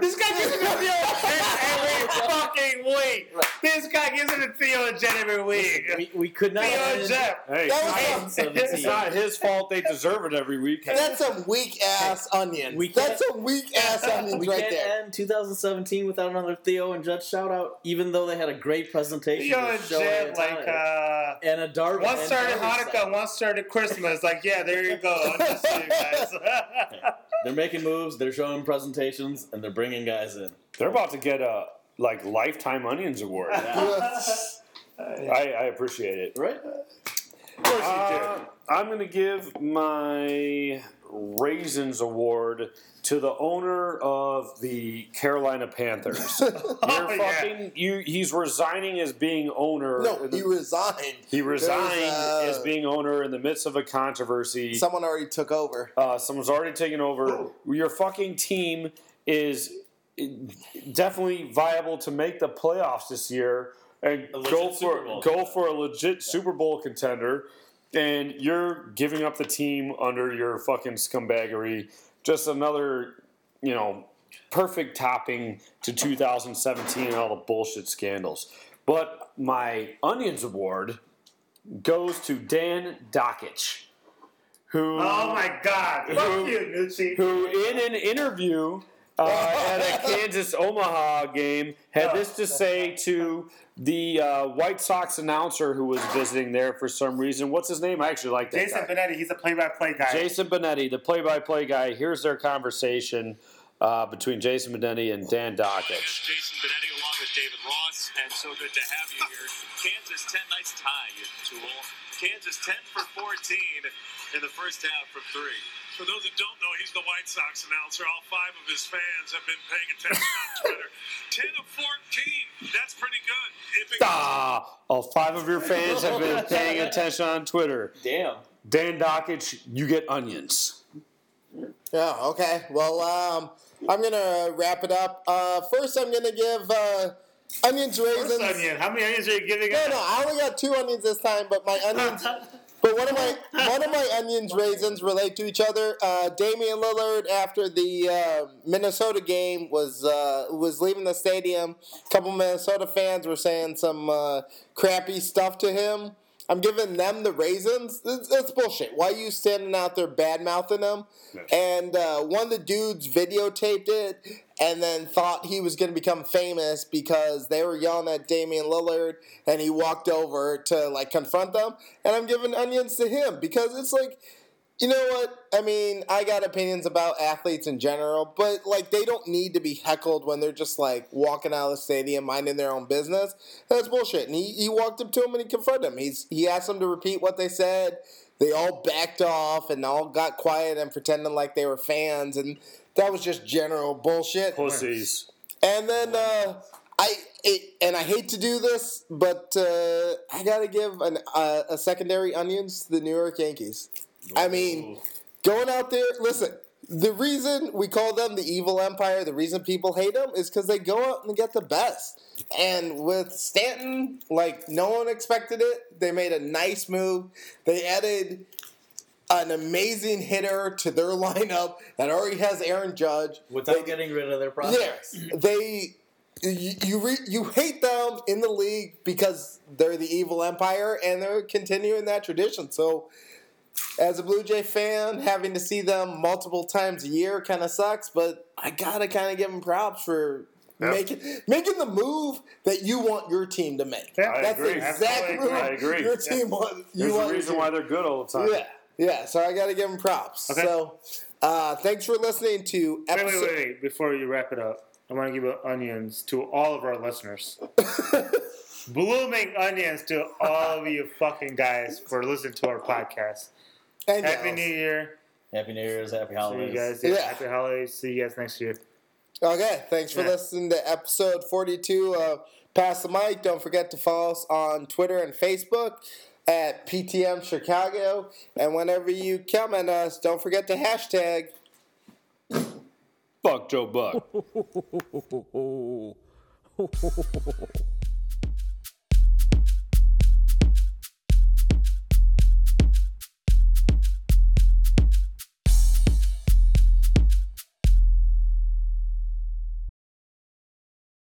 S4: This guy gives it to Theo every fucking week. This guy gives it to Theo and Jen every week.
S5: we, we could not have ended
S4: Hey,
S2: That was
S5: on 17.
S4: it's not his fault. They deserve it every week.
S2: That's some weak ass onions.
S5: we can't-
S2: That's some weak ass onions
S5: we
S2: right
S5: can't
S2: there.
S5: end 2017 without another Theo and Jed shout out, even though they had a great presentation.
S3: Theo
S5: to
S3: and
S5: show
S3: Jen,
S5: it
S3: like
S5: time.
S3: uh,
S5: and a Darwin.
S3: One
S5: and
S3: started
S5: Darwin
S3: Hanukkah,
S5: side.
S3: one started Christmas. Like, yeah, there you go. I'm just saying, guys.
S5: They're making moves. They're showing presentations, and they're bringing guys in.
S4: They're about to get a like lifetime onions award. I, I appreciate it.
S5: Right?
S4: Uh, I'm going to give my Raisins Award to the owner of the Carolina Panthers. You're
S3: yeah.
S4: fucking, you, he's resigning as being owner.
S2: No, he resigned.
S4: He resigned
S2: There's, uh,
S4: as being owner in the midst of a controversy.
S2: Someone already took over.
S4: Uh, someone's already taken over. Your fucking team is eh, definitely viable to make the playoffs this year and
S5: legit
S4: go
S5: Super
S4: for
S5: Bowl
S4: go
S5: contender.
S4: for a legit Super Bowl contender. And you're giving up the team under your fucking scumbaggery. Just another, you know, perfect topping to 2017 and all the bullshit scandals. But my Onions Award goes to Dan Dockich, who
S3: oh my God. Fuck you, Nucci.
S4: who in an interview uh, at a Kansas Omaha game had this to say to the uh, White Sox announcer who was visiting there for some reason. What's his name? I actually like that
S3: Jason
S4: guy.
S3: Benetti, he's a play by play guy.
S4: Jason Benetti, the play-by-play guy. Here's their conversation uh, between Jason Benetti and Dan Dockich.
S12: Jason Benetti along with David Ross, and so good to have you here. Kansas 10, nice tie, you tool. Kansas 10 for 14 in the first half from three. For those that don't know, he's the White Sox announcer. All five of his fans have been paying attention on Twitter. 10 of 14, that's pretty good. If it
S4: Ah, all five of your fans have been paying attention on Twitter.
S5: Damn.
S4: Dan Dockich, you get onions.
S2: Yeah. Okay. Well, um, I'm gonna wrap it up. Uh, first, I'm gonna give uh, onions raisins.
S3: First onion. How many onions are you giving
S2: No,
S3: us?
S2: no, I only got two onions this time, but my onions. But one of my one of my onions raisins relate to each other. Uh, Damian Lillard after the uh, Minnesota game was uh, was leaving the stadium. A couple Minnesota fans were saying some uh, crappy stuff to him. I'm giving them the raisins. It's, it's bullshit. Why you standing out there bad mouthing them? And uh, one of the dudes videotaped it and then thought he was going to become famous because they were yelling at Damian Lillard and he walked over to like confront them. And I'm giving onions to him because it's like, you know what? I mean, I got opinions about athletes in general, but like they don't need to be heckled when they're just like walking out of the stadium minding their own business. That's bullshit. And he, he walked up to him and he confronted him. He's he asked him to repeat what they said. They all backed off and all got quiet and pretending like they were fans and that was just general bullshit.
S4: Pussies.
S2: And then uh, I it, and I hate to do this, but uh, I gotta give an, uh, a secondary onions to the New York Yankees. I mean, going out there, listen. The reason we call them the evil empire, the reason people hate them, is because they go out and get the best. And with Stanton, like no one expected it. They made a nice move. They added an amazing hitter to their lineup that already has Aaron Judge.
S5: Without
S2: They-
S5: getting rid of their prospects.
S2: Yes, they. You you, re, you hate them in the league because they're the evil empire and they're continuing that tradition. So as a Blue Jay fan, having to see them multiple times a year kind of sucks, but I gotta kind of give them props for
S4: Yep.
S2: making making the move that you want your team to make.
S4: Yeah. I
S2: That's
S4: agree.
S2: the exact
S4: Absolutely
S2: move
S4: agree. I agree.
S2: your team
S4: Yeah.
S2: wants. You
S4: There's
S2: want
S4: a
S2: your
S4: reason
S2: team-
S4: why they're good all the time.
S2: Yeah, yeah. So I gotta give them props.
S3: Okay.
S2: So uh, thanks for listening to
S3: Wait, wait,
S2: episode.
S3: wait, wait. Before you wrap it up, I want to give out onions to all of our listeners. Blooming onions to all of you fucking guys for listening to our podcast.
S2: And
S3: Happy
S2: gals.
S3: New Year.
S5: Happy New Year's, happy holidays.
S3: See you guys.
S2: Yeah.
S3: yeah. Happy holidays. See you guys next year.
S2: Okay, thanks for
S3: Yeah.
S2: listening to episode 42 of Pass the Mic. Don't forget to follow us on Twitter and Facebook at PTM Chicago. And whenever you comment us, don't forget to hashtag.
S4: Fuck Joe Buck.